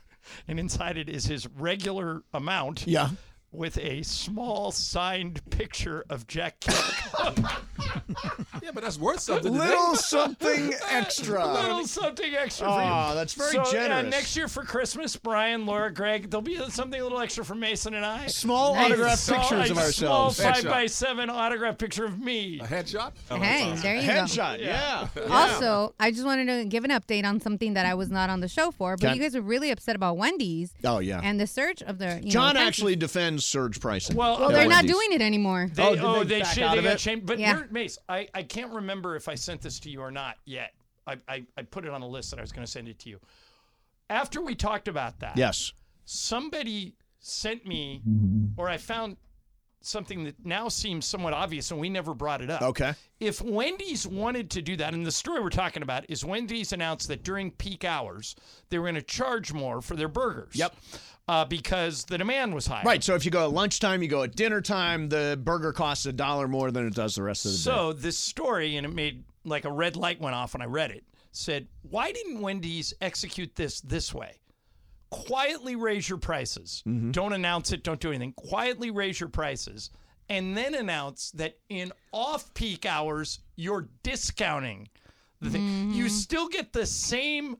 S2: and inside it is his regular amount.
S4: Yeah.
S2: With a small signed picture of Jack Kent.
S3: yeah, but that's worth something. today.
S4: Little something extra.
S2: A little something extra for you.
S4: Aw, that's very
S2: so, Uh,
S4: generous.
S2: next year for Christmas, Brian, Laura, Greg, there'll be something a little extra for Mason and I.
S4: Small
S2: A
S4: autographed
S2: small-
S4: pictures of
S2: a
S4: ourselves.
S2: Small five
S4: Headshot.
S2: by seven autographed picture of me. A
S3: headshot.
S7: Hey, there you go.
S4: Headshot, yeah.
S7: Also, I just wanted to give an update on something that I was not on the show for, but
S4: Okay.
S7: you guys were really upset about Wendy's
S4: Oh yeah.
S7: and the surge of the. You
S4: John
S7: know,
S4: actually defends surge pricing.
S2: Well, uh,
S7: Well, they're not doing it anymore.
S2: They,
S4: Oh,
S2: oh,
S4: did they
S2: they,
S4: back
S2: should.
S4: out
S2: They
S4: of
S2: got
S4: it?
S2: changed. But
S7: Yeah.
S2: you're- Mace, I, I can't remember if I sent this to you or not yet. I, I, I put it on a list that I was going to send it to you. After we talked about that,
S4: Yes.
S2: somebody sent me, or I found something that now seems somewhat obvious, and we never brought it up.
S4: Okay.
S2: If Wendy's wanted to do that, and the story we're talking about is Wendy's announced that during peak hours, they were going to charge more for their burgers. Yep. Uh, because the demand was high.
S4: Right. So if you go at lunchtime, you go at dinner time, the burger costs a dollar more than it does the rest of the day.
S2: So this story, and it made like a red light went off when I read it, said, why didn't Wendy's execute this this way? Quietly raise your prices.
S4: Mm-hmm.
S2: Don't announce it. Don't do anything. Quietly raise your prices. And then announce that in off peak hours, you're discounting the thing. You still get the same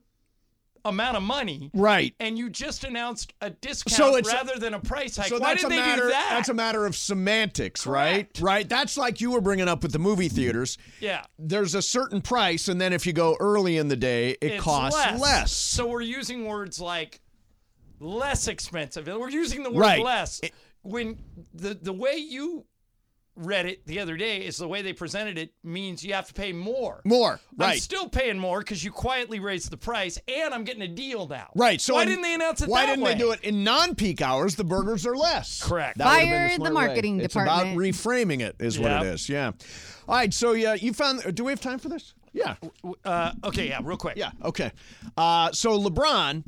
S2: amount of money.
S4: Right.
S2: And you just announced a discount
S4: So it's-
S2: rather than a price hike.
S4: So
S2: Why
S4: that's
S2: did
S4: a
S2: they
S4: matter.
S2: do that?
S4: That's a matter of semantics, right? Right. That's like you were bringing up with the movie theaters.
S2: yeah.
S4: There's a certain price, and then if you go early in the day, it
S2: It's
S4: costs less.
S2: So we're using words like less expensive. We're using the word
S4: Right.
S2: less. When the the way you read it the other day is the way they presented it means you have to pay more.
S4: More,
S2: I'm
S4: right.
S2: still paying more because you quietly raised the price, and I'm getting a deal now.
S4: Right. So
S2: why
S4: in-
S2: didn't they announce it?
S4: Why
S2: that
S4: didn't
S2: way?
S4: they do it in non-peak hours? The burgers are less.
S2: Correct.
S4: That would've been
S7: Fire the
S4: smart way.
S7: marketing department.
S4: It's about reframing it, is
S2: Yep.
S4: what it is. Yeah. All right. So yeah, you found. Do we have time for this? Yeah.
S2: Uh, okay, yeah, real quick.
S4: Yeah. Okay. Uh, so LeBron,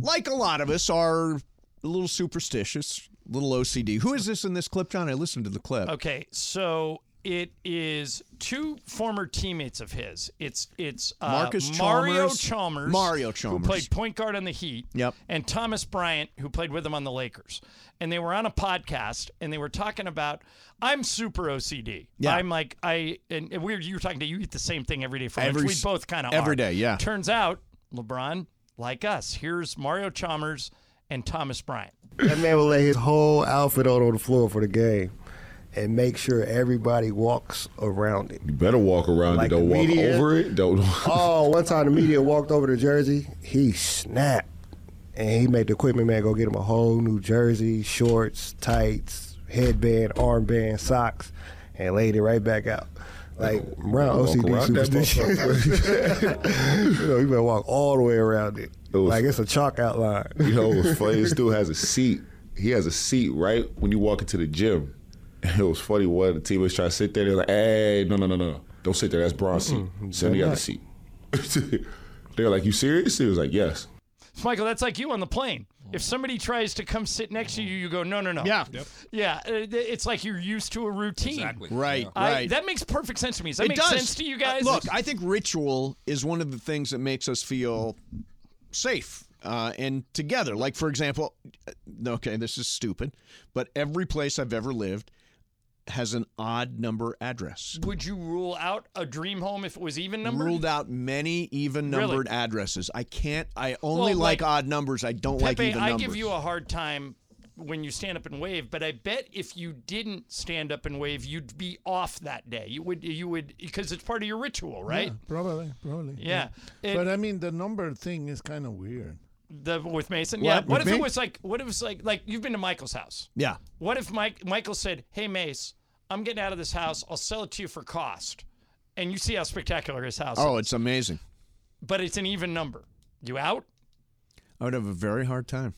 S4: like a lot of us, are a little
S2: Oh,
S4: superstitious, a little OCD. Who is this in this clip, John? I listened to the clip.
S2: Okay, so It is two former teammates of his. It's it's uh,
S4: Marcus
S2: Mario
S4: Chalmers.
S2: Chalmers,
S4: Mario Chalmers.
S2: who played point guard on the Heat.
S4: Yep.
S2: And Thomas Bryant, who played with him on the Lakers, and they were on a podcast and they were talking about I'm super OCD.
S4: Yeah.
S2: I'm like I and and weird. You were talking to you eat the same thing every day for
S4: Every
S2: lunch.
S4: s-
S2: We both kind of
S4: every
S2: are.
S4: day, yeah.
S2: Turns out LeBron, like us, here's Mario Chalmers and Thomas Bryant.
S11: That man will lay his whole outfit out on the floor for the game and make sure everybody walks around it.
S12: You better walk around
S11: Like
S12: it. Don't
S11: the
S12: walk
S11: media.
S12: over it. Don't.
S11: Oh, one time the media walked over to Jersey, he snapped. And he made the equipment man go get him a whole new jersey, shorts, tights, headband, armband, socks, and laid it right back out. Like Brown
S12: Walk
S11: OCD
S12: around that
S11: superstition. you, know, you better walk all the way around it. like it's a chalk outline.
S12: You know what's funny? This dude has a seat. He has a seat right when you walk into the gym. It was funny. One of the teammates tried to sit there. They're like, "Hey, no, no, no, no, don't sit there. That's Braun's seat.
S11: Mm-mm,
S12: Sit on the
S11: better
S12: other
S11: Mm-hmm. not."
S12: seat." they were like, "You serious?" He was like, "Yes."
S2: Michael, that's like you on the plane. If somebody tries to come sit next to you, you go, no, no, no.
S4: Mm-hmm. Yeah. Yep.
S2: Yeah. uh, th- It's like you're used to a routine. Exactly.
S4: Right, right.
S2: that makes perfect sense to me. Does that
S4: it
S2: make
S4: does.
S2: sense to you guys?
S4: Uh, Look, I think ritual is one of the things that makes us feel safe uh, and together. Like, for example, uh, okay, this is stupid, but every place I've ever lived has an odd number address.
S2: Would you rule out a dream home if it was even numbered?
S4: Ruled out many even
S2: Really?
S4: numbered addresses. I can't. I only
S2: Well,
S4: like,
S2: like-
S4: odd numbers. I don't like
S2: Pepe,
S4: even
S2: I
S4: numbers.
S2: give you a hard time when you stand up and wave, but I bet if you didn't stand up and wave, you'd be off that day. You would, you would, because it's part of your ritual, right?
S8: Yeah, probably, probably.
S2: Yeah. It-
S8: but I mean, the number thing is kind of weird.
S2: The with Mason,
S8: What?
S2: yeah. What
S8: With
S2: if
S8: me?
S2: it was like? What if it's like? Like you've been to Michael's house.
S4: Yeah.
S2: What if Mike Michael said, "Hey Mace, I'm getting out of this house. I'll sell it to you for cost," and you see how spectacular his house.
S4: Oh,
S2: is.
S4: it's amazing.
S2: but it's an even number. You out?
S4: I would have a very hard time.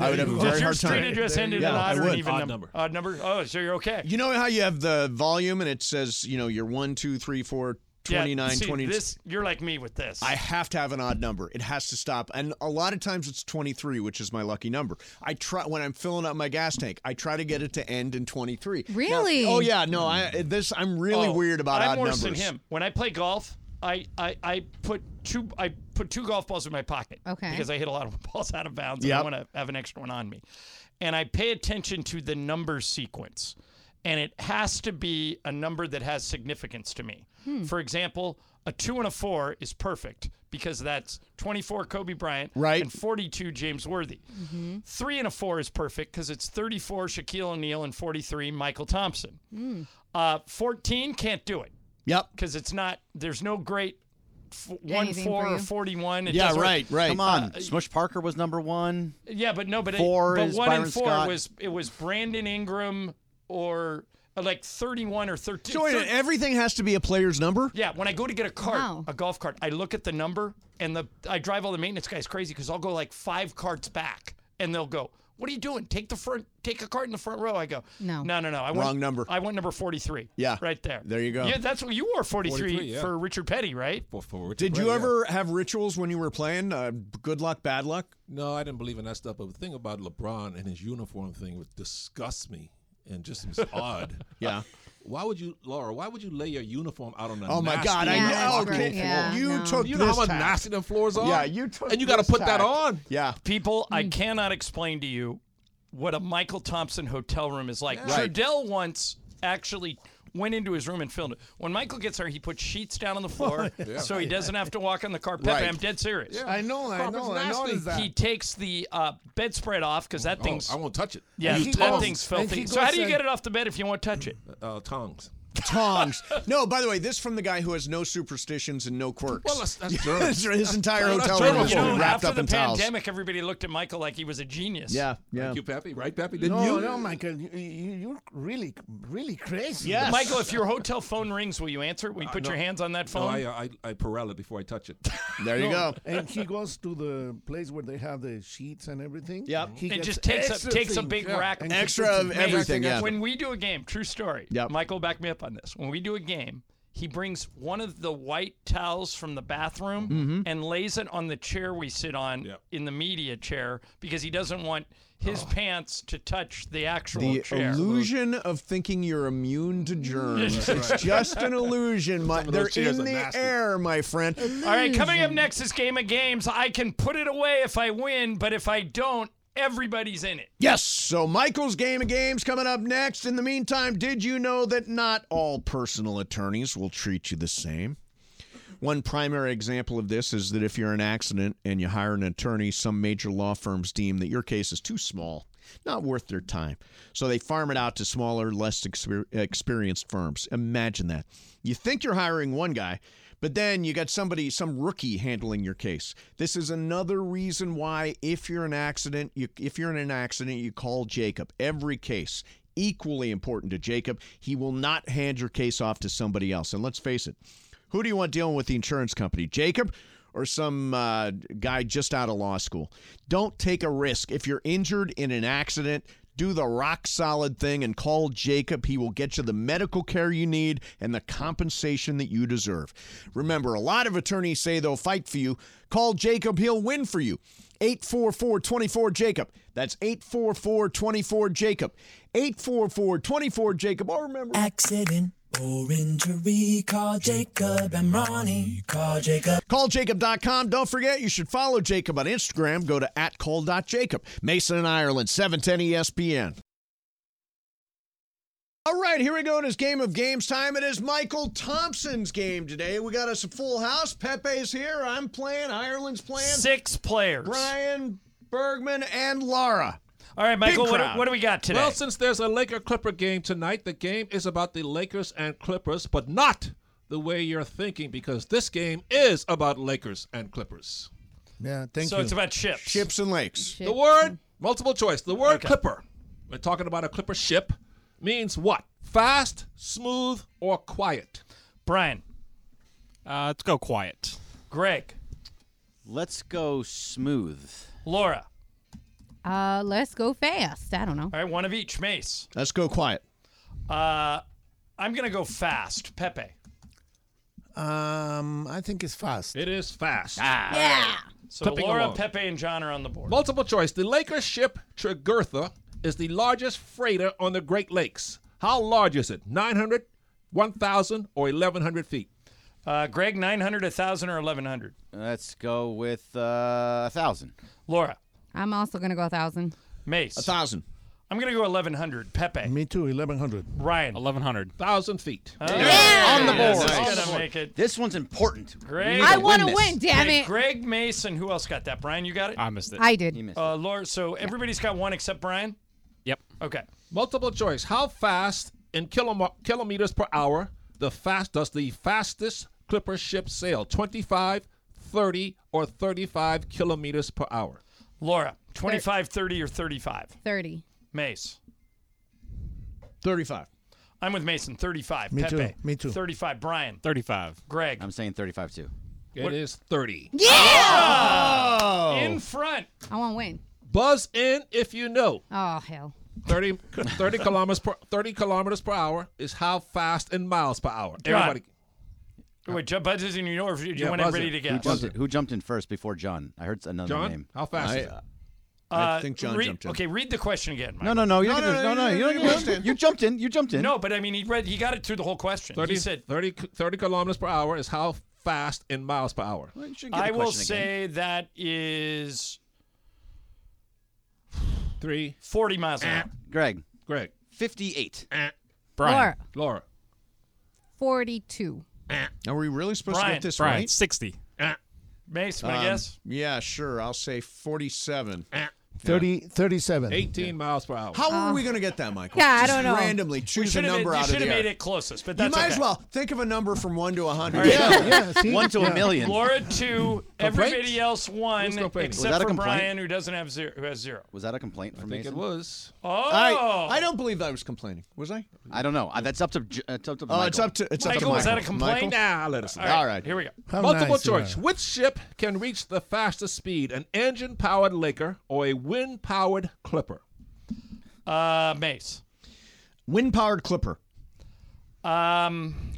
S4: I would have a
S2: Does
S4: very
S2: your
S4: hard time.
S2: street address end in
S4: Yeah,
S2: an
S4: I
S2: odd or an
S4: would.
S2: even num- Odd number. Oh, so you're okay.
S4: You know how you have the volume and it says, you know, you're 1, 2, 3, 4,
S2: Yeah,
S4: 29,
S2: see,
S4: 20.
S2: This you're like me with this.
S4: I have to have an odd number. It has to stop. And a lot of times it's 23, which is my lucky number. I try when I'm filling up my gas tank, I try to get it to end in 23. Now-
S7: Really?
S4: oh yeah, no, I this I'm really
S2: Oh,
S4: weird about
S2: I'm
S4: odd
S2: worse
S4: numbers.
S2: than him. When I play golf, I, I, I put two I put two golf balls in my pocket.
S7: Okay.
S2: Because I hit a lot of balls out of bounds. and I
S4: Yep.
S2: want to have an extra one on me, and I pay attention to the number sequence, and it has to be a number that has significance to me.
S13: Hmm.
S2: For example, a two and a four is perfect because that's 24 Kobe Bryant
S4: Right.
S2: and 42 James Worthy.
S13: Mhm.
S2: Three and a four is perfect because it's 34 Shaquille O'Neal and 43 Michael Thompson. Uh, 14 can't do it.
S4: Yep.
S2: Because it's not, there's no great f- 1
S1: Anything for
S2: 4 or
S1: you.
S2: 41. It
S1: yeah,
S2: doesn't work.
S1: right, right. Come on,
S2: Uh,
S1: Smush Parker was number one.
S2: yeah, but no, but, it-
S1: Four
S2: but
S1: is
S2: 1
S1: Byron
S2: and 4
S1: Scott.
S2: was, it was Brandon Ingram or uh, like 31 or 13.
S4: So wait,
S2: thir-
S4: everything has to be a player's number?
S2: yeah, when I go to get a cart, a golf cart, I look at the number and the I drive all the maintenance guys crazy because I'll go like five carts back and they'll go, "What are you doing? Take the front, take a cart in the front row." I go,
S4: No.
S2: no, no, no. I
S4: Wrong
S2: want,
S4: number.
S2: I want number forty-three.
S4: Yeah.
S2: right there.
S4: There you go.
S2: Yeah, that's what you wore forty-three,
S4: 43, yeah.
S2: for Richard Petty, right?
S4: Did you ever have rituals when you were playing? Uh, good luck, bad luck.
S3: No, I didn't believe in that stuff. But the thing about LeBron and his uniform thing would disgust me and just was odd.
S4: Yeah.
S3: Why would you, Laura? Why would you lay your uniform out on a
S4: Oh my
S3: nasty
S4: God, I
S3: fucking
S4: know,
S3: floor?
S4: okay, Yeah, you no. took
S3: You know
S4: this
S3: how
S4: tack.
S3: nasty them floors are.
S4: Yeah, you took
S3: and you got to
S4: this
S3: put that
S4: tack.
S3: on. Mm.
S4: Yeah,
S2: people, I cannot explain to you what a Michael Thompson hotel room is like.
S4: Yeah. Right.
S2: Trudell once actually went into his room and filmed it. When Michael gets there, he puts sheets down on the floor
S4: Yeah.
S2: so he doesn't have to walk on the carpet.
S4: Right.
S2: I'm dead serious.
S8: I know, I
S4: Carpet's
S8: know, I
S4: nasty.
S8: noticed that.
S2: He takes the uh, bedspread off because that
S3: Oh,
S2: thing's.
S3: I won't touch it.
S2: Yeah,
S3: I use
S2: that
S3: tongs.
S2: thing's
S3: And
S2: filthy.
S3: he
S2: So how
S3: goes
S2: do you
S3: and-
S2: get it off the bed if you won't touch it?
S3: Uh, tongs.
S4: Tongs. No, by the way, this from the guy who has no superstitions and no quirks.
S3: Well, that's- that's germ.
S4: his entire
S3: Well, that's
S4: hotel room is
S2: You know,
S4: wrapped
S2: after
S4: up
S2: the
S4: in towels.
S2: pandemic, everybody looked at Michael like he was a genius.
S4: Yeah, yeah.
S3: Thank you, Pappy. Right, Pappy? Didn't
S8: No,
S3: you?
S8: no, Michael, you, you, you're really, really crazy.
S2: Michael, if your hotel phone rings, will you answer it? Will you put
S3: Uh, no.
S2: your hands on that
S3: No,
S2: phone?
S3: I, I I Pirella it before I touch it.
S4: There you
S8: No,
S4: go.
S8: And he goes to the place where they have the sheets and everything.
S4: Yep.
S8: He
S2: It
S8: gets
S2: just takes
S8: extra
S2: a takes a
S8: things.
S2: big rack.
S8: And
S2: Mate,
S8: extra things.
S2: When we do a game, true story.
S4: Yep.
S2: Michael, back me up on this. When we do a game, He brings one of the white towels from the bathroom
S8: Mm-hmm.
S5: Mhm.
S2: and lays it on the chair we sit on in the media chair because he doesn't want
S8: Oh.
S2: his pants to touch the actual
S4: The
S2: chair.
S4: illusion of thinking you're immune to germs.
S2: That's right.
S4: It's just an illusion. My,
S2: Some of
S4: they're
S2: those chairs
S4: in
S2: are
S4: the
S2: nasty.
S4: air, my friend.
S2: All right, coming up next is Game of Games. I can put it away if I win, but if I don't, everybody's in it.
S4: Yes, so Michael's Game of Games coming up next. In the meantime, did you know that not all personal attorneys will treat you the same? One primary example of this is that if you're in an accident and you hire an attorney, some major law firms deem that your case is too small, not worth their time. So they farm it out to smaller, less exper- experienced firms. Imagine that. You think you're hiring one guy, but then you got somebody, some rookie handling your case. This is another reason why if you're an accident, you, if you're in an accident, you call Jacob. Every case equally important to Jacob. He will not hand your case off to somebody else. And let's face it, who do you want dealing with the insurance company, Jacob? Or some uh, guy just out of law school. Don't take a risk. If you're injured in an accident, do the rock solid thing and call Jacob. He will get you the medical care you need and the compensation that you deserve. Remember, a lot of attorneys say they'll fight for you. Call Jacob, he'll win for you. 844 24 Jacob. That's 844 24 Jacob. 844 24 Jacob. Or remember.
S13: Accident or injury, call Jacob and Ronnie. Call Jacob.
S4: CallJacob.com. Don't forget, you should follow Jacob on Instagram. Go to at call.jacob. Mason in Ireland, E 710 ESPN. All right, here we go. It is game of games time. It is Michael Thompson's game today. We got us a full house. Pepe's here. I'm playing. Ireland's playing.
S2: Six players.
S4: Brian Bergman and Laura.
S2: All right, Michael, what do- what do we got today?
S3: Well, since there's a Laker Clipper game tonight, the game is about the Lakers and Clippers, but not the way you're thinking, because this game is about Lakers and Clippers.
S8: Yeah, thank
S3: So
S8: you.
S3: it's about ships.
S4: Ships and lakes.
S3: The word, multiple choice, the word Clipper, we're talking about a Clipper ship, means what? Fast, smooth, or quiet?
S2: Brian.
S5: Uh, let's go quiet.
S2: Greg.
S1: Let's go smooth.
S2: Laura.
S7: Uh, let's go fast. I don't know.
S2: All right, one of each. Mace.
S4: Let's go quiet.
S2: Uh, I'm going to go fast. Pepe.
S8: Um, I think it's fast.
S3: It is fast.
S2: Ah. Yeah. So
S3: Clipping
S2: Laura,
S3: along.
S2: Pepe, and John are on the board.
S3: Multiple choice. The Lakers ship Jugurtha is the largest freighter on the Great Lakes. How large is it? 900, 1,000, or 1,100 feet?
S2: Uh, Greg, 900, 1,000, or 1,100?
S1: Let's go with uh, a thousand.
S2: Laura.
S7: I'm also gonna go a thousand.
S2: Mace. A
S4: thousand.
S2: I'm going to go 1,100. Pepe.
S8: Me too. Eleven hundred.
S2: Ryan. Oh.
S5: 1,100.
S3: 1,000 feet.
S1: On the board.
S2: That's
S1: On the
S2: gonna
S1: board.
S2: make it.
S1: This one's important.
S2: Greg.
S1: We need
S7: wanna
S1: this.
S7: win, damn
S2: Okay,
S7: it.
S2: Greg, Mason, who else got that? Brian, you got it?
S5: I missed it.
S7: I did. He
S1: missed
S2: Uh, Laura, so everybody's got one except Brian?
S5: Yep.
S2: Okay.
S3: Multiple choice. How fast in kilom- kilometers per hour the fast does the fastest Clipper ship sail? 25, 30, or 35 kilometers per hour?
S2: Laura, 25, 30, or 35?
S7: Thirty.
S2: Mace.
S4: 35.
S2: I'm with Mason, 35.
S1: Me too,
S2: Pepe.
S1: me too.
S2: 35. Brian.
S5: 35.
S2: Greg.
S1: I'm saying 35 too.
S3: It is 30. Oh.
S1: Oh!
S2: Yeah! Ah! In front.
S7: I want to win.
S3: Buzz in if you know.
S7: Oh hell.
S3: 30, 30 kilometers per 30 kilometers per hour is how fast in miles per hour.
S2: John.
S3: Everybody,
S2: Wait, John Buzz is in New York. Do you
S3: Yeah,
S2: want
S3: buzz
S2: everybody to
S3: it.
S1: Who
S2: guess?
S1: jumped, who jumped in first before John? I heard another
S3: John,
S1: name.
S3: how fast? is it?
S2: Uh,
S1: think John
S2: read-
S1: jumped in.
S2: Okay, read the question again.
S1: No, no, no. You
S2: No,
S1: don't get
S2: no,
S1: to- no,
S2: no,
S1: no,
S2: no,
S1: you
S2: you
S1: don't
S2: jumped
S1: get to- You jumped in. You jumped in.
S2: No, but I mean, he read. He got it through the whole question.
S3: 30,
S2: he said,
S3: 30 30 kilometers per hour is how fast in miles per hour.
S2: "I will say that is
S3: three
S2: forty miles an hour."
S1: Greg.
S3: Greg.
S1: 58.
S7: Brian.
S3: Laura.
S7: Forty-two.
S4: Are we really supposed to
S2: Brian.
S4: get this
S2: Brian,
S4: right?
S5: 60.
S2: Mace, wanna
S4: Um,
S2: guess?
S4: Yeah, sure. I'll say 47.
S8: 30, 37.
S3: 18 Uh, miles per hour.
S4: How
S8: Uh,
S4: are we going to get that, Michael?
S8: Yeah, I
S4: Just
S8: don't know.
S4: randomly choose a
S2: should've
S4: number
S2: made- you
S4: out of the
S2: should've
S4: air.
S2: made it closest, but that's
S4: You might as
S2: okay.
S4: well think of a number from 1 to 100.
S2: All right.
S1: One to a million.
S2: Laura two. Everybody else one,
S1: Who's complaining? Was
S2: except
S1: that a
S2: for
S1: complaint?
S2: Brian, who doesn't have zero. Who has zero?
S1: Was that a complaint from Mason?
S3: was.
S2: Oh,
S4: I, I don't believe I was complaining. Was I?
S1: I don't know. Uh, That's up to. J- uh, It's up to.
S4: Oh, it's up to- it's up to Michael, was that a Michael. complaint?
S3: Nah, let us.
S4: All right, All right.
S2: here we go.
S4: How
S3: Multiple
S4: nice you
S3: choice. Which ship can reach the fastest speed, an engine-powered Laker or a wind-powered Clipper?
S2: Uh, Mace.
S4: Wind powered clipper.
S2: Um,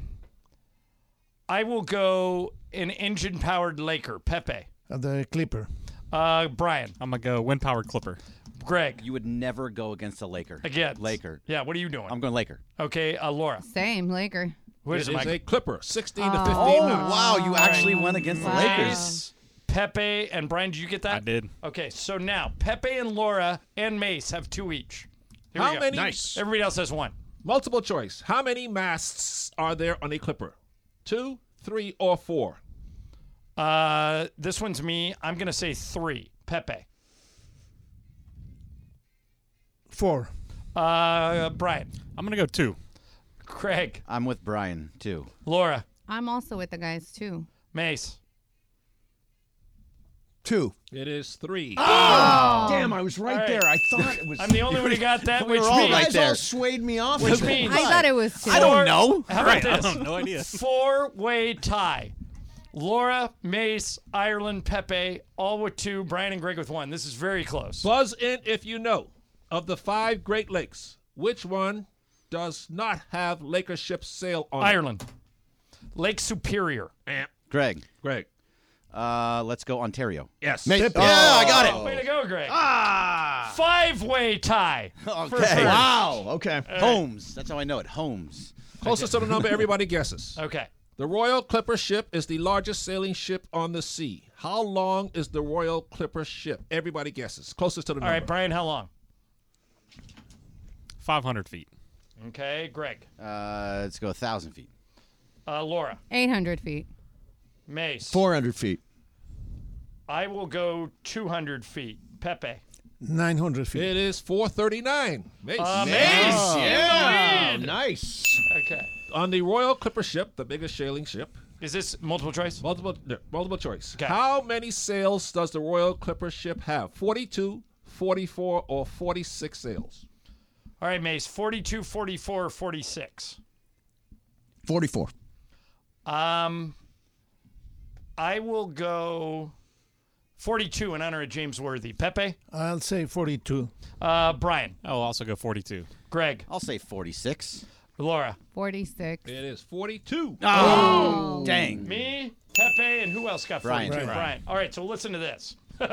S2: I will go an engine powered Laker, Pepe.
S8: Uh, the Clipper.
S2: Uh, Brian.
S5: I'm gonna go wind powered Clipper.
S2: Greg.
S1: You would never go against a Laker.
S2: Again.
S1: Laker.
S2: Yeah, what are you doing?
S1: I'm going Laker.
S2: Okay, uh, Laura.
S7: Same, Laker.
S2: Who is it, Mike?
S3: Clipper, 16
S7: to 15
S1: Oh, wow. You actually went against the Lakers.
S2: Pepe and Brian, did you get that? I
S5: did.
S2: Okay, so now Pepe and Laura and Mace have two each. Here we
S3: How
S2: go.
S3: many? Nice.
S2: Everybody else has one.
S3: Multiple choice. How many masts are there on a clipper? Two, three, or four?
S2: Uh, this one's me. I'm gonna say three. Pepe.
S8: Four.
S2: Uh, Brian.
S5: I'm gonna go two.
S2: Craig.
S1: I'm with Brian too.
S2: Laura.
S7: I'm also with the guys too.
S2: Mace.
S4: Two.
S3: It is three.
S4: Ah! Damn, I was right
S3: All
S4: there. I thought it was.
S2: I'm the only one who got that,
S4: We
S2: which
S4: were all
S2: means
S4: right there. all swayed me off.
S2: Which means
S7: I thought it was two.
S4: I don't know.
S2: How
S4: Right, I
S2: about this?
S4: don't- no idea.
S2: Four-way tie. Laura, Mace, Ireland, Pepe, all with two. Brian and Greg with one. This is very close.
S3: Buzz in if you know. Of the five Great Lakes, which one does not have Laker ship sail on it?
S2: Ireland. Lake Superior.
S1: Greg.
S3: Greg.
S1: Uh, let's go Ontario.
S3: Yes.
S1: Mace.
S2: Pepe.
S1: Yeah, I got
S2: Oh,
S1: it.
S2: Way to go, Greg. Ah! Five-way tie. for
S1: Okay.
S2: first.
S1: Okay.
S2: All right.
S1: Holmes. That's how I know it. Holmes.
S3: Closest to the number everybody guesses.
S2: Okay.
S3: The Royal Clipper ship is the largest sailing ship on the sea. How long is the Royal Clipper ship? Everybody guesses. Closest to the
S2: All
S3: number.
S2: right, Brian, how long?
S5: 500 feet.
S2: Okay, Greg.
S1: Uh, let's go a thousand feet.
S2: Uh, Laura,
S7: 800 feet.
S2: Mace.
S4: 400 feet.
S2: I will go 200 feet. Pepe.
S8: 900 feet.
S3: It is 439. Mace.
S2: Uh, Mace, Mace, you yeah. win.
S4: Nice.
S2: Okay.
S3: On the Royal Clipper ship, the biggest sailing ship.
S2: Is this multiple choice?
S3: Multiple no, multiple choice. How many sails does the Royal Clipper ship have? 42, 44, or 46 sails?
S2: All right, Mace, 42, 44, 46.
S4: 44.
S2: Um, I will go 42 in honor of James Worthy. Pepe,
S8: I'll say 42.
S2: uh, Brian,
S5: I'll also go 42.
S2: Greg,
S1: I'll say 46.
S2: Laura.
S7: 46.
S3: It is 42.
S1: Oh, dang.
S2: Me, Pepe, and who else got
S1: Brian.
S2: 42?
S1: Brian.
S2: Brian. All right, so listen to this.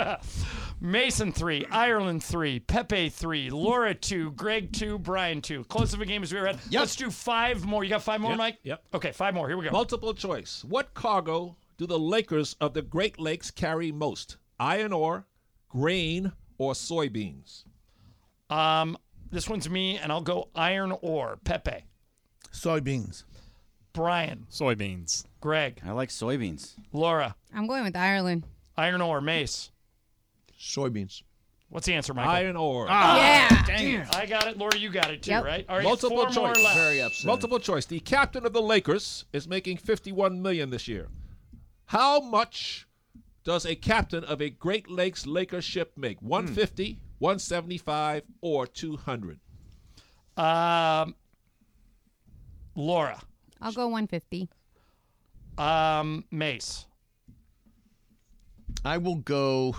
S2: Mason three, Ireland three, Pepe three, Laura two, Greg two, Brian two. Close of a game as we ever had. Let's do five more. You got five more,
S3: Yep,
S2: Mike?
S3: yep.
S2: Okay, five more. Here we go.
S3: Multiple choice. What cargo do the Lakers of the Great Lakes carry most? Iron ore, grain, or soybeans?
S2: Um, this one's me, and I'll go iron ore. Pepe,
S8: Soybeans.
S2: Brian,
S5: Soybeans.
S2: Greg,
S1: I like soybeans.
S2: Laura,
S7: I'm going with Ireland.
S2: iron ore, Mace.
S4: Soybeans.
S2: What's the answer, Michael?
S3: Iron ore.
S2: Ah,
S7: yeah.
S2: I got it. Laura, you got it too,
S7: Yep.
S2: right? All right,
S3: Multiple
S2: four more
S3: choice.
S2: left.
S3: Multiple choice. The captain of the Lakers is making 51 million this year. How much does a captain of a Great Lakes Laker ship make?
S4: Hmm.
S3: 150, 175, or 200?
S2: Um, Laura,
S7: I'll go 150.
S2: um, Mace.
S4: I will go.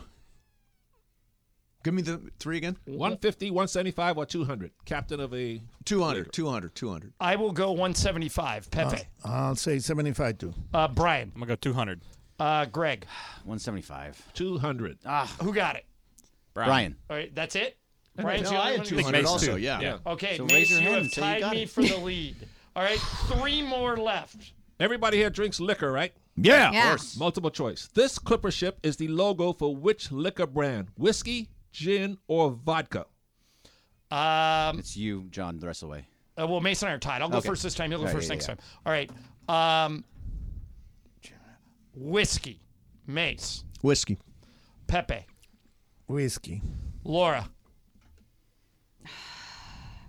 S4: Give me the three again.
S3: 150, 175, or 200? Captain of a
S4: 200, 200, 200.
S2: I will go 175. Pepe,
S8: I'll say 75 too.
S2: uh, Brian,
S5: I'm gonna go 200.
S2: uh, Greg.
S1: 175.
S3: 200.
S2: Ah, who got it?
S5: Brian.
S1: Uh, Brian.
S2: All right, that's it.
S4: No,
S2: Brian's the
S4: I
S2: only
S4: had
S2: one who-
S4: 200 also, yeah.
S2: Okay,
S1: So
S2: Mace,
S1: raise your
S2: you
S1: hand
S2: have
S1: and say you
S2: tied
S1: got
S2: me
S1: it.
S2: for the lead. All right, three more left.
S3: Everybody here drinks liquor, right?
S4: Yeah.
S7: Yeah.
S3: Multiple choice. This clipper ship is the logo for which liquor brand? Whiskey, gin, or vodka?
S2: Um,
S1: It's you, John. The rest of the way.
S2: uh, well, Mace and I are tied. I'll go
S1: Okay.
S2: first this time. You'll go
S1: All right,
S2: first
S1: yeah,
S2: next
S1: yeah.
S2: time. All right. Um, whiskey, Mace,
S4: Whiskey.
S2: Pepe,
S8: Whiskey.
S2: Laura,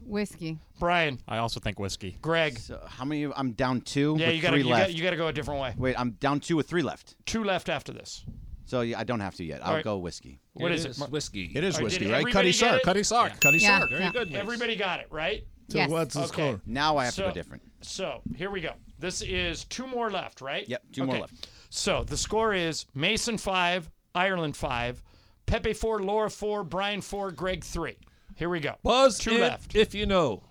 S7: Whiskey.
S2: Brian,
S5: I also think whiskey.
S2: Greg.
S1: So how many? I'm down two.
S2: Yeah,
S1: with
S2: you gotta
S1: three
S2: you,
S1: left.
S2: gotta you gotta go a different way.
S1: Wait, I'm down two with three left.
S2: Two left after this.
S1: So yeah, I don't have to yet. I'll
S2: right.
S1: go whiskey.
S2: What
S3: It
S2: is
S3: is
S2: it? Mar-
S3: Whiskey.
S4: It is
S2: All right, did
S4: whiskey, right?
S2: everybody
S4: Cutty
S2: get
S4: Sark.
S2: it?
S4: Cutty Sark. Cutty
S7: Yeah,
S4: Sark.
S7: yeah.
S3: Good.
S2: Everybody got it right.
S8: So
S7: Yes.
S8: what's the
S2: Okay.
S8: score?
S1: Now I have to
S2: So-
S1: go different.
S2: So here we go. This is two more left, right?
S1: Yep, two more
S2: Okay.
S1: left.
S2: So the score is Mason five, Ireland five, Pepe four, Laura four, Brian four, Greg three. Here we go.
S3: Buzz
S2: two
S3: in
S2: left.
S3: if
S1: Oh.
S3: you know.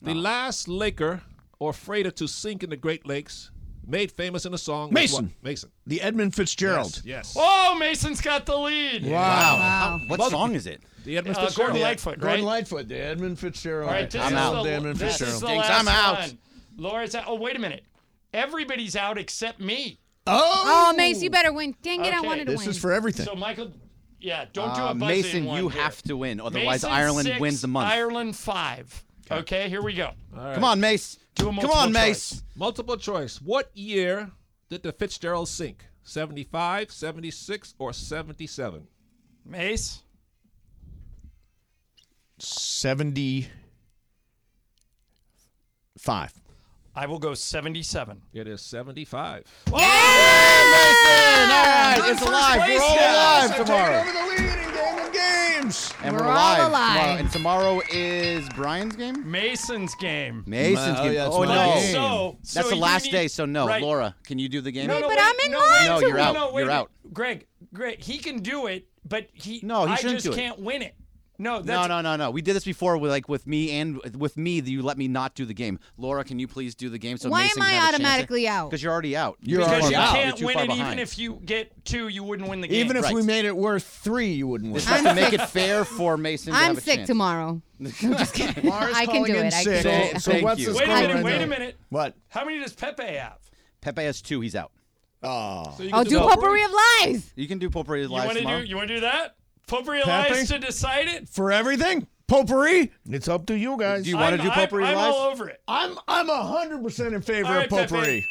S3: The last Laker or freighter to sink in the Great Lakes made famous in a song. with
S4: Mason.
S3: what- Mason.
S4: The Edmund Fitzgerald.
S3: Yes.
S2: Oh, Mason's got the lead.
S4: Wow. What Love song it. is it?
S3: The Edmund
S2: Uh,
S3: Fitzgerald.
S2: Gordon Lightfoot, right?
S4: Gordon Lightfoot, the Edmund Fitzgerald.
S2: All right, this
S4: I'm
S2: is
S4: out.
S2: The,
S4: The Edmund
S2: this
S4: Fitzgerald.
S2: is the
S4: Jinx,
S2: last
S4: I'm out.
S2: one. Laura's out. Oh, wait a minute. Everybody's out except me.
S7: Oh, Mace, you better win. Dang it, I
S2: Okay.
S7: wanted to win.
S2: So, Michael, yeah, don't do
S1: Uh,
S2: a buzz
S1: Mason,
S2: in one
S1: you
S2: here.
S1: have to win, otherwise
S2: Mason
S1: Ireland
S2: six,
S1: wins the month.
S2: Ireland five. Okay, here we go.
S1: Come on, Mace.
S2: Do a
S1: Come
S2: multiple
S1: on,
S2: choice.
S1: Mace.
S3: Multiple choice. What year did the Fitzgerald sink? 75, 76, or 77?
S2: Mace.
S4: 75.
S2: I will go 77.
S3: It is 75.
S2: Oh, yeah, Mason!
S4: All right, it's alive. We're all alive tomorrow. games.
S1: And
S4: We're
S1: we're,
S4: all
S1: live
S4: alive.
S1: tomorrow. And tomorrow is Brian's game?
S2: Mason's game.
S1: Mason's
S4: Oh,
S1: game.
S4: yeah, it's
S1: oh,
S4: my
S1: no.
S4: game.
S2: So- so
S1: That's the
S2: you
S1: last
S2: need-
S1: day, so no.
S2: right.
S1: Laura, can you do the game?
S2: No, no, wait, no,
S1: No, you're out.
S2: No, wait a
S1: you're
S2: minute.
S1: out.
S2: Greg, Greg, he can do it, but he
S1: No, he
S2: I
S1: shouldn't
S2: just
S1: do it.
S2: can't win it. No,
S1: No,
S2: that's
S1: no, no, no. We did this before with like with me and with me that you let me not do the game. Laura, can you please do the game so
S7: Why
S1: Mason
S7: am
S1: can
S7: I
S1: have a chance
S7: automatically
S1: to-
S7: out?
S1: Because you're already out.
S4: You're
S1: Because
S4: already
S1: you
S4: out.
S1: You're
S2: can't
S1: too
S2: win
S1: far
S2: it even
S1: behind.
S2: if you get two, you wouldn't win the game.
S4: Even if
S1: Right.
S4: we made it worth three, you wouldn't win.
S1: Just have to make it fair for Mason to
S7: I'm
S1: have a
S7: sick
S1: chance.
S7: tomorrow. I can do it. I can do it.
S1: So, thank
S4: what's
S1: you.
S4: the
S2: Wait a minute, wait a minute.
S4: What?
S2: How many does Pepe have?
S1: Pepe has two. He's out.
S4: Oh.
S1: So you
S7: I'll
S1: can
S7: do
S1: do potpourri.
S7: potpourri of lies.
S1: You can do potpourri
S2: You
S1: live
S2: wanna
S1: tomorrow.
S2: do you wanna do that? Potpourri
S1: Pepe?
S2: lies to decide it?
S4: For everything? Potpourri?
S8: It's up to you guys.
S1: Do you wanna
S2: I'm-
S1: do potpourri
S2: I'm,
S1: live?
S2: I'm all over it.
S4: I'm I'm hundred percent in favor
S2: All right,
S4: of potpourri.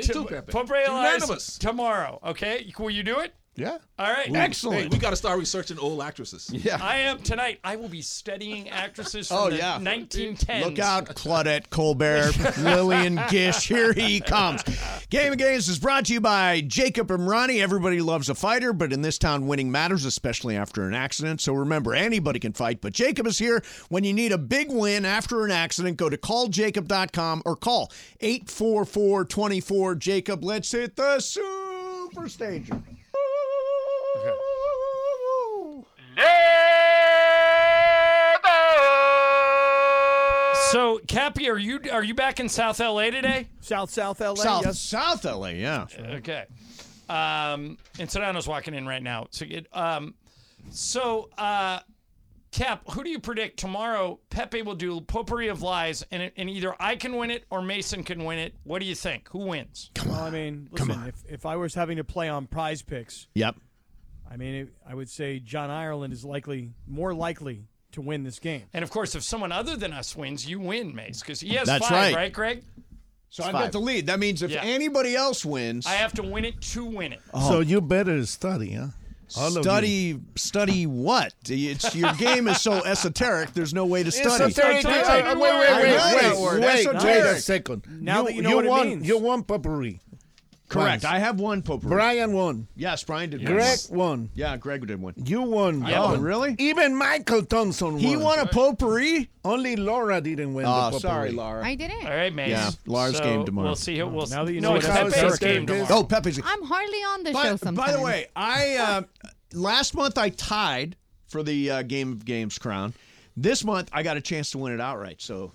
S2: Pepe. T- Potpourri lies tomorrow, okay? Will you do it?
S8: Yeah.
S2: All right.
S3: Hey, we got to start researching old actresses.
S2: I am tonight. I will be studying actresses from
S4: Oh,
S2: the
S4: yeah.
S2: 1910s.
S4: Look out, Claudette Colbert, Lillian Gish. Here he comes. Game of Games is brought to you by Jacob and Ronnie. Everybody loves a fighter, but in this town, winning matters, especially after an accident. So remember, anybody can fight, but Jacob is here. When you need a big win after an accident, go to calljacob.com or call 844 24 Jacob. Let's hit the super stager.
S2: So, Cappy, are you are you back in South LA today?
S14: South South LA.
S4: South, South LA, yeah.
S2: Okay. Um, and Sedano's walking in right now. So, it, um, so uh, Cap, who do you predict tomorrow? Pepe will do potpourri of lies, and, it- and either I can win it or Mason can win it. What do you think? Who wins?
S14: Well, I mean, listen, If, if I was having to play on prize picks,
S4: Yep.
S14: I mean, it, I would say John Ireland is likely, more likely to win this game.
S2: And of course, if someone other than us wins, you win, Mace, because he has
S4: That's
S2: five,
S4: right.
S2: Greg?
S4: So I've got the lead. That means if
S2: Yeah.
S4: anybody else wins,
S2: I have to win it to win it.
S8: So you better study, huh? All of you.
S4: Oh. study study what? It's your game is so esoteric. There's no way to study.
S8: Esoteric.
S4: I
S8: Uh,
S4: know
S8: wait, wait, wait,
S4: that
S8: wait,
S4: word.
S8: wait,
S4: Esoteric.
S8: wait a second.
S4: Now that you know what it
S8: won,
S4: means.
S8: You won potpourri.
S4: Correct.
S8: Once.
S4: I have one potpourri.
S8: Brian won.
S4: Yes, Brian did.
S8: Greg
S4: one.
S8: won.
S4: Yeah, Greg did one.
S8: You won.
S4: I won. really?
S8: Even Michael Thompson won.
S4: He won a potpourri.
S8: Only Laura didn't win. the
S2: Ah,
S4: Oh,
S8: potpourri.
S4: sorry, Laura.
S7: I didn't.
S2: All right, Mace.
S4: Yeah, Laura's
S2: So
S4: game tomorrow.
S2: We'll see who we'll
S14: Now that you
S2: no,
S14: know
S2: it's
S14: what
S2: Pepe's
S14: esoteric
S2: game
S14: is.
S2: tomorrow.
S4: Oh, Pepe's.
S7: I'm hardly on the show
S4: By,
S7: sometimes.
S4: by the way, I uh, last month I tied for the uh, game of games crown. This month I got a chance to win it outright. So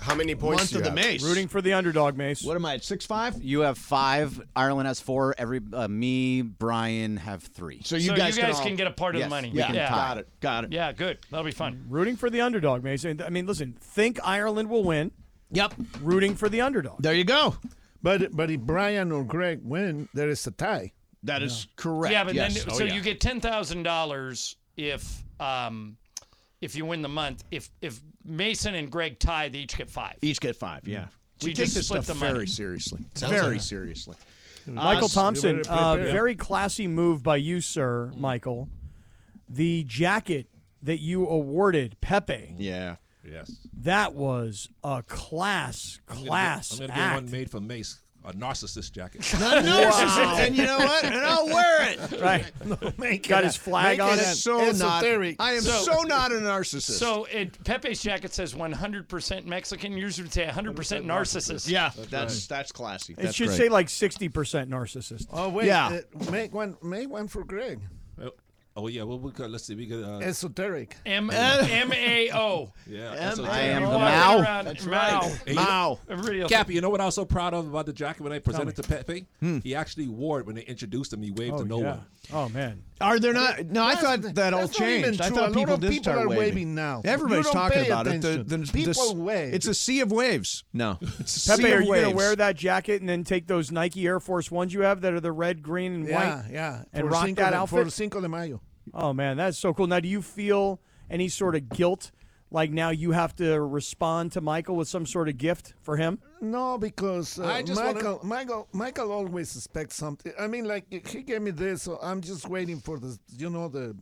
S15: How many points
S4: month
S15: do
S4: of
S15: you
S4: the
S15: have?
S4: mace?
S14: Rooting for the underdog, Mace.
S4: What am I at six five?
S1: You have five. Ireland has four. Every uh, me, Brian have three.
S4: So
S2: So you guys can, get a part of
S1: Yes,
S2: the money.
S1: we can tie.
S4: it. Got it.
S2: Yeah, good. That'll be fun.
S14: Rooting for the underdog, Mace. And, I mean, listen, think Ireland will win.
S4: Yep.
S14: Rooting for the underdog.
S4: There you go.
S8: But but if Brian or Greg win, there is a tie.
S4: That is correct.
S2: Yeah, but
S4: yes.
S2: then
S4: Oh,
S2: so
S4: yeah.
S2: you get ten thousand dollars if um if you win the month. If if Mason and Greg tie, they each get five.
S4: Each get five. Yeah.
S2: So
S4: we
S2: you
S4: take
S2: just
S4: this
S2: split
S4: stuff
S2: the money.
S4: very seriously.
S2: Sounds
S4: very
S2: like it.
S4: seriously.
S14: Mm. Michael
S4: Uh,
S14: Thompson, uh, very classy move by you, sir,
S8: Mm.
S14: Michael. The jacket that you awarded Pepe,
S4: Yeah.
S3: Yes.
S14: that was a class,
S3: I'm gonna get-
S14: class
S3: I'm going to get
S14: act.
S3: one made for Mace, a narcissist jacket.
S4: Not narcissist, and you know what? And I'll wear it.
S14: Right. Got his flag
S4: Make
S14: on
S4: it
S14: it.
S4: So
S14: Esoteric.
S4: not. I am so,
S2: So-
S4: not a narcissist.
S2: So it, Pepe's jacket says 100% Mexican. Yours would say 100% narcissist.
S4: yeah, that's that's, classy.
S14: It should say like 60% narcissist.
S8: Oh wait.
S4: Yeah.
S8: uh, make one. Make one for Greg.
S3: Oh yeah, well we could let's see, we could uh,
S8: Esoteric.
S2: M M A O.
S3: Yeah,
S2: esoteric.
S3: esoteric.
S2: Walking around- Mao.
S3: Hey, you know-
S2: Everybody else.
S3: Cappy, you know what I was so proud of about the jacket when I presented
S14: Tell
S3: to Pepe?
S4: Hmm.
S3: He actually wore it when they introduced him. He waved
S14: Oh,
S3: to no
S14: yeah.
S3: one.
S14: Oh man.
S4: Are there not? Uh, No, I
S8: That's-
S4: thought that all
S8: that's not even
S4: changed. I
S8: true.
S4: thought
S8: A lot
S4: people
S8: of
S4: did
S8: people
S4: start
S8: are
S4: waving.
S8: waving now.
S4: Everybody's
S8: You don't
S4: talking
S8: pay
S4: about it. The,
S8: attention.
S4: the,
S8: People
S4: this-
S8: wave.
S4: It's a sea of waves. No, it's a sea
S14: Pepe, are
S4: of
S14: you
S4: waves.
S14: gonna wear that jacket and then take those Nike Air Force ones you have that are the red, green, and
S8: Yeah,
S14: white?
S8: yeah.
S14: And
S8: For
S14: rock
S8: Cinco
S14: that
S8: de-
S14: outfit
S8: for Cinco de Mayo.
S14: Oh man, that's so cool. Now, do you feel any sort of guilt? Like now you have to respond to Michael with some sort of gift for him?
S8: No, because uh,
S14: I just wanna-
S8: Michael, Michael, Michael always expects something. I mean, like he gave me this, so I'm just waiting for the, you know, the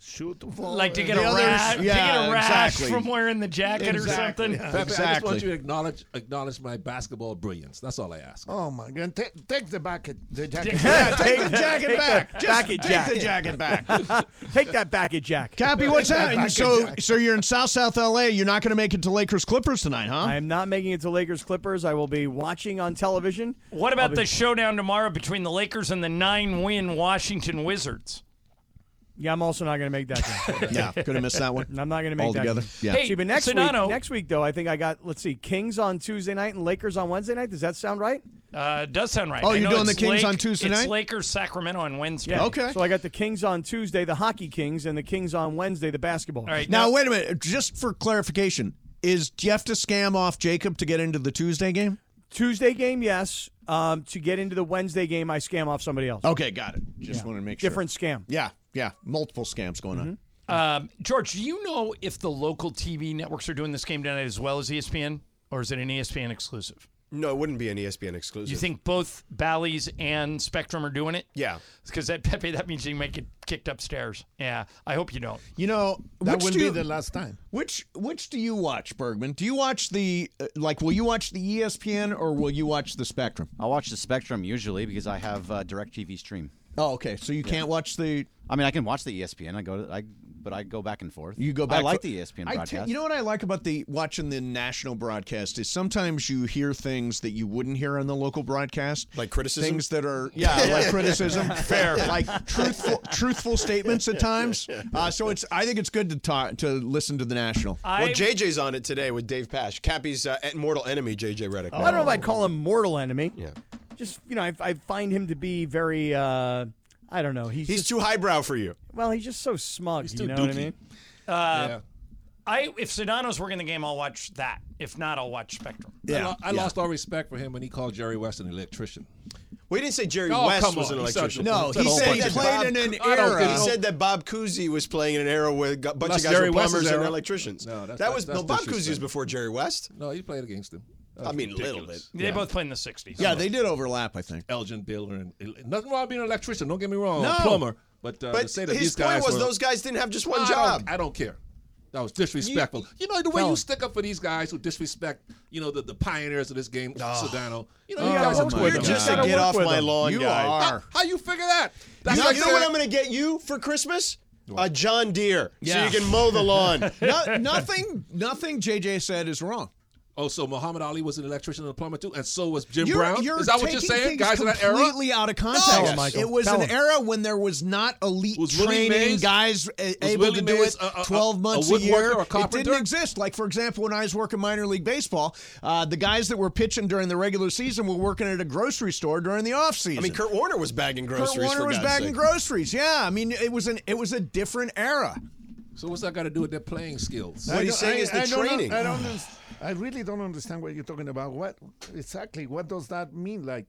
S8: shoe to fall.
S2: Like to
S8: and
S2: get
S8: the
S2: a
S8: others-
S2: rash, to get a rash from wearing the jacket
S8: Exactly.
S2: or something.
S8: Yeah.
S3: Pepe, I just want
S8: Exactly.
S3: you to acknowledge acknowledge my basketball brilliance. That's all I ask.
S8: Oh my God! Ta- take the bucket, the jacket.
S14: Yeah,
S8: take the
S14: that-
S8: jacket
S14: take
S8: back.
S14: that
S8: Just
S14: Jacket
S8: take
S14: jack.
S8: the jacket back.
S14: take that back at Jack.
S4: Cappy, what's happening? So, so you're in South South LA. You're not going to make it to Lakers Clippers tonight, huh?
S14: I am not making it to Lakers Clippers. I will be watching on television.
S2: What about
S14: I'll be-
S2: the showdown tomorrow between the Lakers and the nine-win Washington Wizards?
S14: Yeah, I'm also not going to make that game.
S4: Yeah, could have missed that one.
S14: And I'm not going to make
S4: Altogether,
S14: that game.
S4: yeah.
S14: See, but next
S2: Sedano.
S14: week, next week though, I think I got let's see, Kings on Tuesday night and Lakers on Wednesday night. Does that sound right?
S2: Uh, does sound right.
S14: Oh,
S2: I
S14: you're
S2: know
S14: doing
S2: it's
S14: the Kings
S2: Lake-
S14: on Tuesday
S2: it's
S14: night?
S2: Lakers Sacramento on Wednesday.
S14: So I got the Kings on Tuesday, the hockey Kings, and the Kings on Wednesday, the basketball. All
S2: right.
S4: Now, wait a minute. Just for clarification, is do you have to scam off Jacob to get into the Tuesday game?
S14: Tuesday game, yes. Um, to get into the Wednesday game, I scam off somebody else.
S4: Okay, got it. Just
S14: Yeah.
S4: wanted to make
S14: Different
S4: sure.
S14: scam.
S4: Yeah, yeah. Multiple scams going on.
S2: Um, George, do you know if the local TV networks are doing this game tonight as well as E ESPN, or is it an E ESPN exclusive?
S15: No, it wouldn't be an E ESPN exclusive.
S2: You think both Bally's and Spectrum are doing it?
S15: Yeah.
S2: Because that Pepe, that means you might get kicked upstairs. Yeah, I hope you don't.
S4: You know,
S8: That
S4: which
S8: will
S4: do
S8: be
S4: you-
S8: the last time.
S4: Which which do you watch, Bergman? Do you watch the uh, like? Will you watch the E ESPN or will you watch the Spectrum?
S1: I'll watch the Spectrum usually because I have uh, DirecTV stream.
S4: Oh, okay. So you can't watch the.
S1: I mean, I can watch the E ESPN. I go to I, but I go back and forth.
S4: You go back.
S1: I like
S4: to-
S1: the E ESPN
S4: I
S1: broadcast.
S4: te- you know what I like about the watching the national broadcast is sometimes you hear things that you wouldn't hear on the local broadcast, like
S15: criticism?
S4: things that are yeah, like criticism,
S15: Fair.
S4: like truthful truthful statements at times. Uh, so it's I think it's good to talk to listen to the national.
S15: well, JJ's on it today with Dave Pash, Cappy's uh, mortal enemy, JJ Redick.
S14: Oh. I don't know if I'd call him mortal enemy. Yeah. Just you know, I, I find him to be very. Uh, I don't know. He's
S15: He's
S14: just-
S15: too highbrow for you.
S14: Well, he's just so smug.
S15: too
S14: you know what I
S15: dookie.
S14: mean?
S2: Uh, I if Sedano's working the game, I'll watch that. If not, I'll watch Spectrum.
S3: I, lo- I lost all respect for him when he called Jerry West an electrician.
S15: We didn't say Jerry
S3: Oh,
S15: West
S3: come
S15: was
S3: on.
S15: an
S3: He said-
S15: electrician.
S3: No, he said he
S15: that
S3: played
S15: Bob-
S3: in an
S15: I don't think-
S3: era.
S15: He said that Bob Cousy was playing in an era with a bunch
S3: That's
S15: of guys
S3: Jerry
S15: were
S3: West's
S15: plumbers and
S3: era.
S15: electricians.
S3: No, that's-
S15: that
S3: that's-
S15: was
S3: that's
S15: no Bob Cousy was
S3: disrespectful.
S15: before Jerry West.
S3: No, he played against him. That
S15: I
S3: was
S15: mean, a little bit.
S3: ridiculous.
S2: They both play in the '60s.
S4: Yeah, they did overlap, I think.
S3: Elgin Diller and nothing wrong with being an electrician. Don't get me wrong,
S15: No.
S3: a plumber. But, uh,
S15: But
S3: to say that these
S15: his point
S3: guys
S15: was
S3: were-
S15: those guys didn't have just one
S3: I don't-
S15: job.
S3: I don't care. That was disrespectful. You, know the way
S15: No.
S3: you stick up for these guys who disrespect, you know, the, the pioneers of this game, Sedano. You know,
S15: Oh,
S3: you guys
S15: my
S3: are weird.
S15: God. Just to get off my lawn, You guy. are.
S3: How, how you figure that?
S15: You know,
S3: like
S15: you know what
S3: saying-
S15: I'm going to get you for Christmas? A John Deere,
S4: Yeah.
S15: so you can mow the lawn.
S4: No- nothing, nothing. JJ said is wrong.
S3: Oh, so Muhammad Ali was an electrician and a plumber too, and so was Jim
S4: You're-
S3: Brown.
S4: you're
S3: Is that what you're
S4: taking
S3: saying,
S4: things
S3: guys? In that era,
S4: completely out of context.
S3: Tell
S15: Oh,
S3: him, Michael.
S4: It was
S3: Oh Tell
S4: an
S3: him.
S4: era when there was not elite
S3: Was Willie
S4: training
S3: Mays-
S4: guys uh,
S3: was
S4: able
S3: Willie
S4: to do
S3: Mays
S4: it
S3: a- a-
S4: 12
S3: a
S4: months a,
S3: woodworker,
S4: year.
S3: a
S4: it
S3: carpenter?
S4: didn't exist. Like for example, when I was working minor league baseball, uh, the guys that were pitching during the regular season were working at a grocery store during the off
S15: I
S4: season.
S15: mean, Kurt Warner was bagging groceries.
S4: Kurt Warner
S15: for
S4: was
S15: God's sake.
S4: bagging groceries. Yeah, I mean, it was an it was a different era.
S3: So what's that got to do with their playing skills?
S8: I don't- I- I don't un- I, don't underst- I really don't understand what you're talking about. What exactly? What does that mean? Like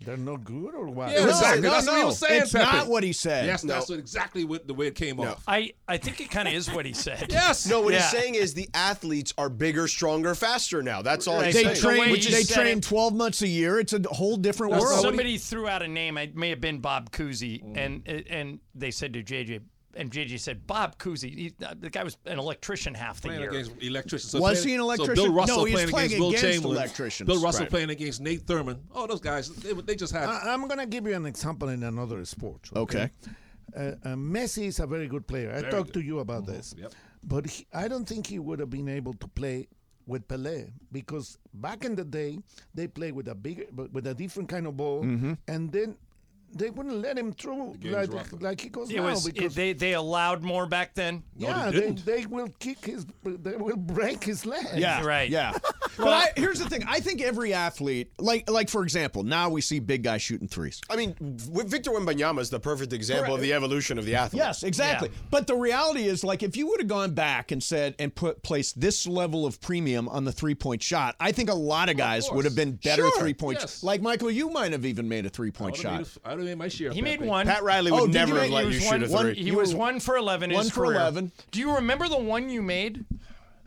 S8: they're not good or what?
S3: Yeah, exactly. that's what he was saying. Pepe. Yes,
S8: No.
S3: that's what- exactly what, the way it came off.
S2: I I think it kind of is what he said.
S15: No, what
S2: Yeah.
S15: he's saying is the athletes are bigger, stronger, faster now. That's all he's
S4: they
S15: saying.
S4: train
S2: he
S4: they
S2: said
S4: train
S2: it-
S4: 12 months a year. It's a whole different
S2: Well,
S4: world.
S2: Somebody threw out a name. It may have been Bob Cousy,
S3: Mm.
S2: and and they said to JJ, and JJ said Bob Cousy. He, uh, the guy was an electrician half the
S3: Playing
S2: year.
S3: against electricians. So
S4: Was
S3: playing-
S4: he an
S3: So
S4: electrician?
S3: Bill
S4: No,
S3: Russell
S4: he was
S3: playing,
S4: playing
S3: against Will
S4: against
S3: Chamberlain.
S4: electricians.
S3: Bill Russell
S4: Right.
S3: playing against Nate Thurman. Oh, those guys, they, they just had.
S8: I, am gonna give you an example in another sport.
S4: Okay.
S8: Uh, uh, Messi is a very good player. I
S3: Very
S8: talked
S3: good. Mm-hmm.
S8: to you about this, but he, I don't think he would have been able to play with Pelé because back in the day they played with a bigger, with a different kind of ball,
S4: Mhm.
S8: and then they wouldn't let him through
S2: game's
S8: like,
S2: rough.
S8: like he goes
S2: It
S8: now
S2: was
S8: because
S2: it, they they allowed more back then.
S8: yeah, they, they will kick his, they will break his leg.
S2: Yeah, right.
S8: Yeah.
S4: But I, here's the thing. I think every athlete, like like for example, now we see big guys shooting threes.
S15: I mean, w- Victor Wembanyama is the perfect example of the evolution of the athlete.
S4: Yes, exactly. But the reality is, like, if you would have gone back and said and put placed this level of premium on the three point shot, I think a lot of guys would have been better
S3: Sure,
S4: three point.
S3: yes.
S4: Like Michael, you might have even made a three point
S3: I would've
S4: shot.
S3: made a- I would have made my share.
S2: He
S3: of
S2: made
S3: that
S2: one.
S3: thing.
S4: did you make-
S2: He was one- one- He was one for eleven. in
S3: One
S2: his
S3: for
S2: career.
S3: 11.
S2: Do you remember the one you made?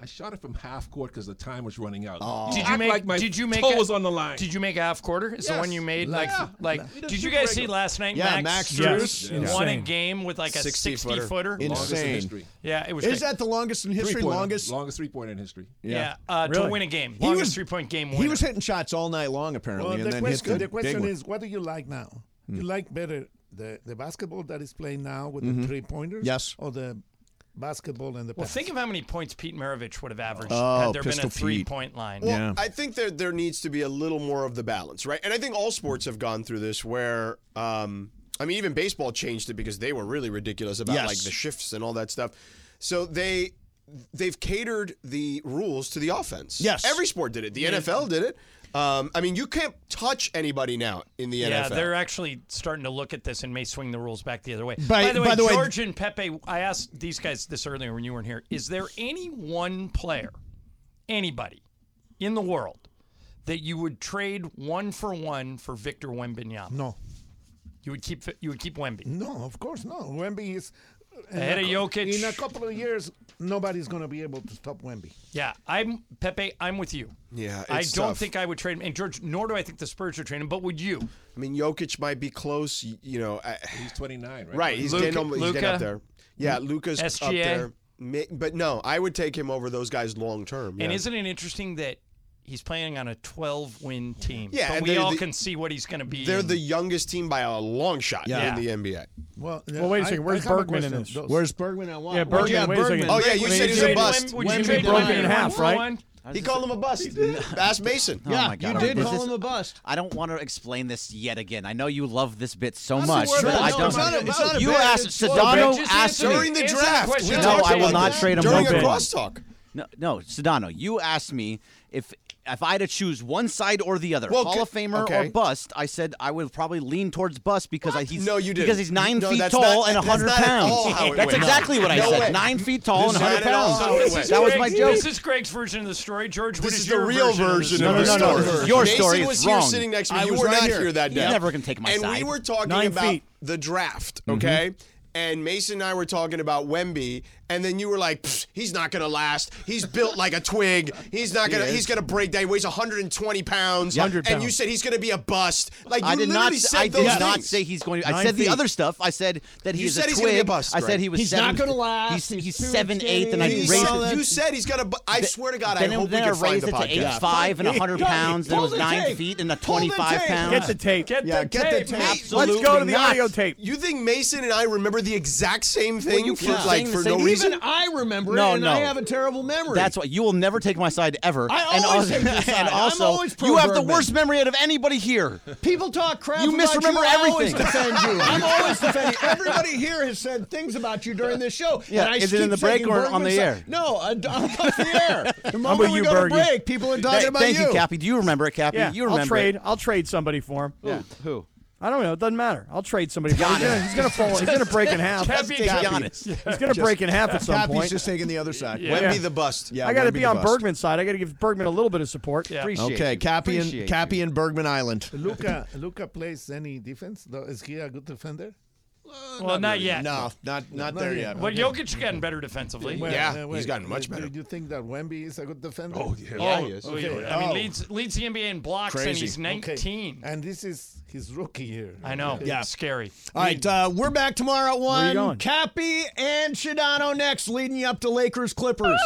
S3: I shot it from half court because the time was running out.
S2: Did you
S3: Oh, act
S2: make?
S3: Like my
S2: did you make?
S3: toe
S2: a-
S3: was on the line.
S2: Did you make a half quarter? Is the
S3: Yes.
S2: one you made? Like,
S3: Yeah.
S2: like.
S3: He does
S2: Did
S3: shoot
S2: you guys
S3: regular.
S2: see last night?
S4: Yeah,
S2: Max,
S4: Max Strus.
S2: Strus
S4: Yeah.
S2: won a
S4: Insane.
S2: game with like a
S4: 60
S2: sixty,
S4: footer.
S2: footer.
S4: Longest in Insane. history.
S2: Yeah, it was.
S4: Is
S2: great.
S4: that the longest in history?
S3: Three-pointer.
S4: Longest.
S3: Longest three pointer in history.
S2: Yeah, uh, to win a game.
S4: He
S2: Longest
S4: was-
S2: three-point game
S4: He
S2: winner.
S4: was hitting shots all night long, apparently,
S8: Well,
S4: and
S8: the
S4: then hit
S8: question,
S4: the
S8: the question
S4: big Hmm.
S8: is, what do you like now? You like better the, the basketball that is played now with
S4: Mhm.
S8: the three pointers?
S4: Yes.
S8: Or the basketball and the
S2: Well,
S8: pass?
S2: think of how many points Pete Maravich would have averaged
S8: Oh,
S2: had there been
S8: Pistol
S2: a
S8: Pete.
S2: three-point line.
S15: Well, I think there there needs to be a little more of the balance, right? And I think all sports have gone through this where um I mean even baseball changed it because they were really ridiculous about
S4: Yes.
S15: like the shifts and all that stuff. So they they've catered the rules to the offense.
S4: Yes.
S15: Every sport did it. The
S2: Yeah.
S15: NFL did it. Um, I mean, you can't touch anybody now in the
S2: yeah,
S15: NFL.
S2: they're actually starting to look at this and may swing the rules back the other way.
S15: By-
S2: the way,
S15: by the way-
S2: George and Pepe, I asked these guys this earlier when you weren't here. Is there any one player, anybody in the world, that you would trade one for one for Victor Wembanyama?
S8: No.
S2: You would keep you would keep Wemby.
S8: No, of course not. Wemby is in
S2: Ahead
S8: a
S2: of
S8: cou-
S2: Jokic.
S8: In a couple of years, nobody's going to be able to stop Wemby.
S2: Yeah, I'm Pepe. I'm with you.
S15: Yeah,
S2: I
S15: it's
S2: don't
S15: tough.
S2: think I would trade him. And George, nor do I think the Spurs would trade him. But would you?
S15: I mean, Jokic might be close. y- You know, I,
S3: he's 29,
S15: right? he's,
S2: Luka-
S15: getting, almo- he's getting
S2: Luka,
S15: up there. Yeah, Luca's up
S2: SGA.
S15: there. Ma- But no, I would take him over those guys long term.
S2: And
S15: yeah.
S2: isn't it interesting that he's playing on a 12 win team?
S15: Yeah,
S2: but
S15: and
S2: we
S15: they're
S2: all
S15: the-
S2: can see what he's going to be.
S15: They're
S2: in.
S15: the youngest team by a long shot
S2: Yeah.
S15: in the NBA.
S8: Well, uh,
S2: Well, wait a second, where's Bergman in this?
S4: Where's Bergman at one?
S2: Yeah, Bergman, wait a second.
S15: Oh yeah, you
S2: Would
S15: said
S2: you
S15: he's a
S2: trade
S15: bust.
S2: Wem- would you Wemby trade broken in Wemby half, for right? one?
S15: He called him a bust. Bass Mason.
S1: Oh my God, this is-
S4: bust.
S1: I don't want to explain this yet again. I know you love this bit so
S4: That's
S1: much,
S4: the word
S1: but
S4: I
S1: I
S4: know.
S1: don't.
S4: It's not a- it's not a
S1: you
S4: bad-
S1: asked
S4: it's not a bad-
S1: Sedano
S4: just
S1: asked
S4: answer
S1: me-
S4: during the Answer the draft. question. We
S1: No,
S4: talked
S1: I will
S4: about
S1: not
S4: that.
S1: trade him.
S4: During
S1: one
S4: a
S1: bit.
S4: crosstalk.
S1: No, no, Sedano, you asked me if if I had to choose one side or the other,
S15: Well,
S1: Hall
S15: c-
S1: of Famer
S15: okay.
S1: or bust. I said I would probably lean towards bust because I, he's
S15: No, you didn't.
S1: because he's nine
S15: No,
S1: feet
S15: that's
S1: tall
S15: not-
S1: and
S15: that's
S1: hundred
S15: not at all
S1: pounds.
S15: how it
S1: that's
S15: went.
S1: exactly what I
S15: No
S1: said.
S15: way.
S1: Nine feet tall
S15: This
S1: and
S15: is
S1: hundred
S15: not at all
S1: pounds.
S15: how it went.
S1: that was my
S2: Greg's-
S1: joke.
S2: This is Greg's version of the story. George, what
S15: This
S2: is,
S15: is the
S2: your
S15: real
S2: version? of
S15: version
S2: the
S15: of the
S2: story?
S1: No, no, no. Your
S15: Mason
S1: story
S15: was
S1: is
S15: here
S1: wrong.
S15: sitting next to me.
S1: I
S15: you
S1: was
S15: were
S1: right
S15: not
S1: here.
S15: here, that
S1: You
S15: day.
S1: never can take my
S15: and
S1: side.
S15: we were talking
S1: Nine
S15: about
S1: feet. Mm-hmm.
S15: the draft, okay? And Mason and I were talking about Wemby, and then you were like, "Pfft, "He's not gonna last. He's built like a twig. He's not
S1: He
S15: gonna.
S1: is.
S15: he's gonna break down. He weighs 120 pounds.
S1: Yeah. 100
S15: And you
S1: pounds.
S15: said he's gonna be a bust. Like you
S1: I did not.
S15: literally said
S1: I
S15: those
S1: did not
S15: things.
S1: say he's going. to I said the other stuff. I said that
S15: You
S1: he's
S15: said
S1: a
S15: he's
S1: twig.
S15: gonna be a bust,
S1: I said
S15: right?
S1: he was.
S15: He's
S1: seven,
S15: not gonna last.
S1: He's,
S15: He's
S1: he's
S15: too
S1: seven, eighth, and I
S15: You
S1: raised.
S15: said- you said he's gonna. bu- I
S1: Th-
S15: swear to God,
S1: then
S15: I
S1: it-
S15: hope we
S1: then
S15: can
S1: I
S15: find
S1: raised
S15: the
S1: it to eight
S15: podcast.
S1: five and hundred pounds. Then it
S15: Pull
S1: was
S15: the
S1: nine
S15: tape.
S1: feet and a
S15: Pull the
S1: twenty-five
S15: tape.
S1: pounds.
S15: Get the tape. Get
S1: yeah,
S15: the
S1: get
S15: tape.
S1: the tape.
S15: Let's
S1: Absolutely
S15: go to the
S1: not.
S15: audio tape. You think Mason and I remember the exact same thing
S1: you
S15: for
S1: keep
S15: like
S1: saying the
S15: for
S1: same
S15: no
S1: thing.
S15: reason?
S1: Even
S4: I remember
S1: No,
S4: it, and
S1: no.
S4: I have a terrible memory.
S1: That's why you will never take my side ever.
S4: I
S1: and
S4: always
S1: also,
S4: take your side.
S1: and
S4: I'm
S1: also,
S4: always pro
S1: you have the
S4: Bergman.
S1: worst memory out of anybody here.
S4: People talk crap.
S1: You
S4: about
S1: misremember
S4: I always
S1: everything.
S4: defend you. I'm always defending. Everybody here has said things about you during this show.
S1: Yeah,
S4: and I
S1: is it
S4: keep
S1: in the break
S4: taking
S1: or
S4: Bergman's
S1: on the
S4: side-
S1: air?
S4: No, uh, d- off the air. The
S1: How
S4: moment
S1: about
S4: we
S1: you,
S4: go to
S1: Bergie?
S4: break, people are talking
S1: Th-
S4: about
S1: thank
S4: you.
S1: you, Cappy. Do you remember it, Cappy?
S14: Yeah,
S1: you remember
S14: I'll
S1: it.
S14: trade. I'll trade somebody for him.
S1: Yeah. Who?
S14: I don't know. It doesn't matter. I'll trade somebody. For him.
S4: Giannis.
S14: He's gonna- He's gonna fall. He's gonna break in half.
S4: Let's take Giannis.
S14: He's gonna break in half at some
S4: Cappy's
S14: point.
S4: just taking the other side.
S14: Yeah. Wemby the
S15: bust.
S14: I got to be on Bergman's side. I got to give Bergman a little bit of support.
S4: okay, Cappy and Cappy and Bergman Island.
S8: Luca, Luca plays any defense? Though, Is he a good defender?
S2: Well, not, yet.
S4: No, not not there yet.
S2: But Jokic's gotten better defensively.
S8: Well, uh, wait,
S15: he's gotten much
S8: do-
S15: better.
S8: Do you think that Wemby is a good defender?
S15: Oh, yeah.
S2: Oh,
S15: Yeah, he is.
S2: oh,
S15: Okay.
S2: yeah. I mean,
S15: Oh.
S2: leads leads the NBA in blocks, and
S15: Crazy.
S2: he's 19.
S8: And this is his rookie year.
S2: I know.
S8: Yeah.
S2: It's scary.
S4: All right, uh, we're back tomorrow at
S2: Where you
S4: one.
S2: going?
S4: Cappy and Shadano next, leading you up to Lakers Clippers.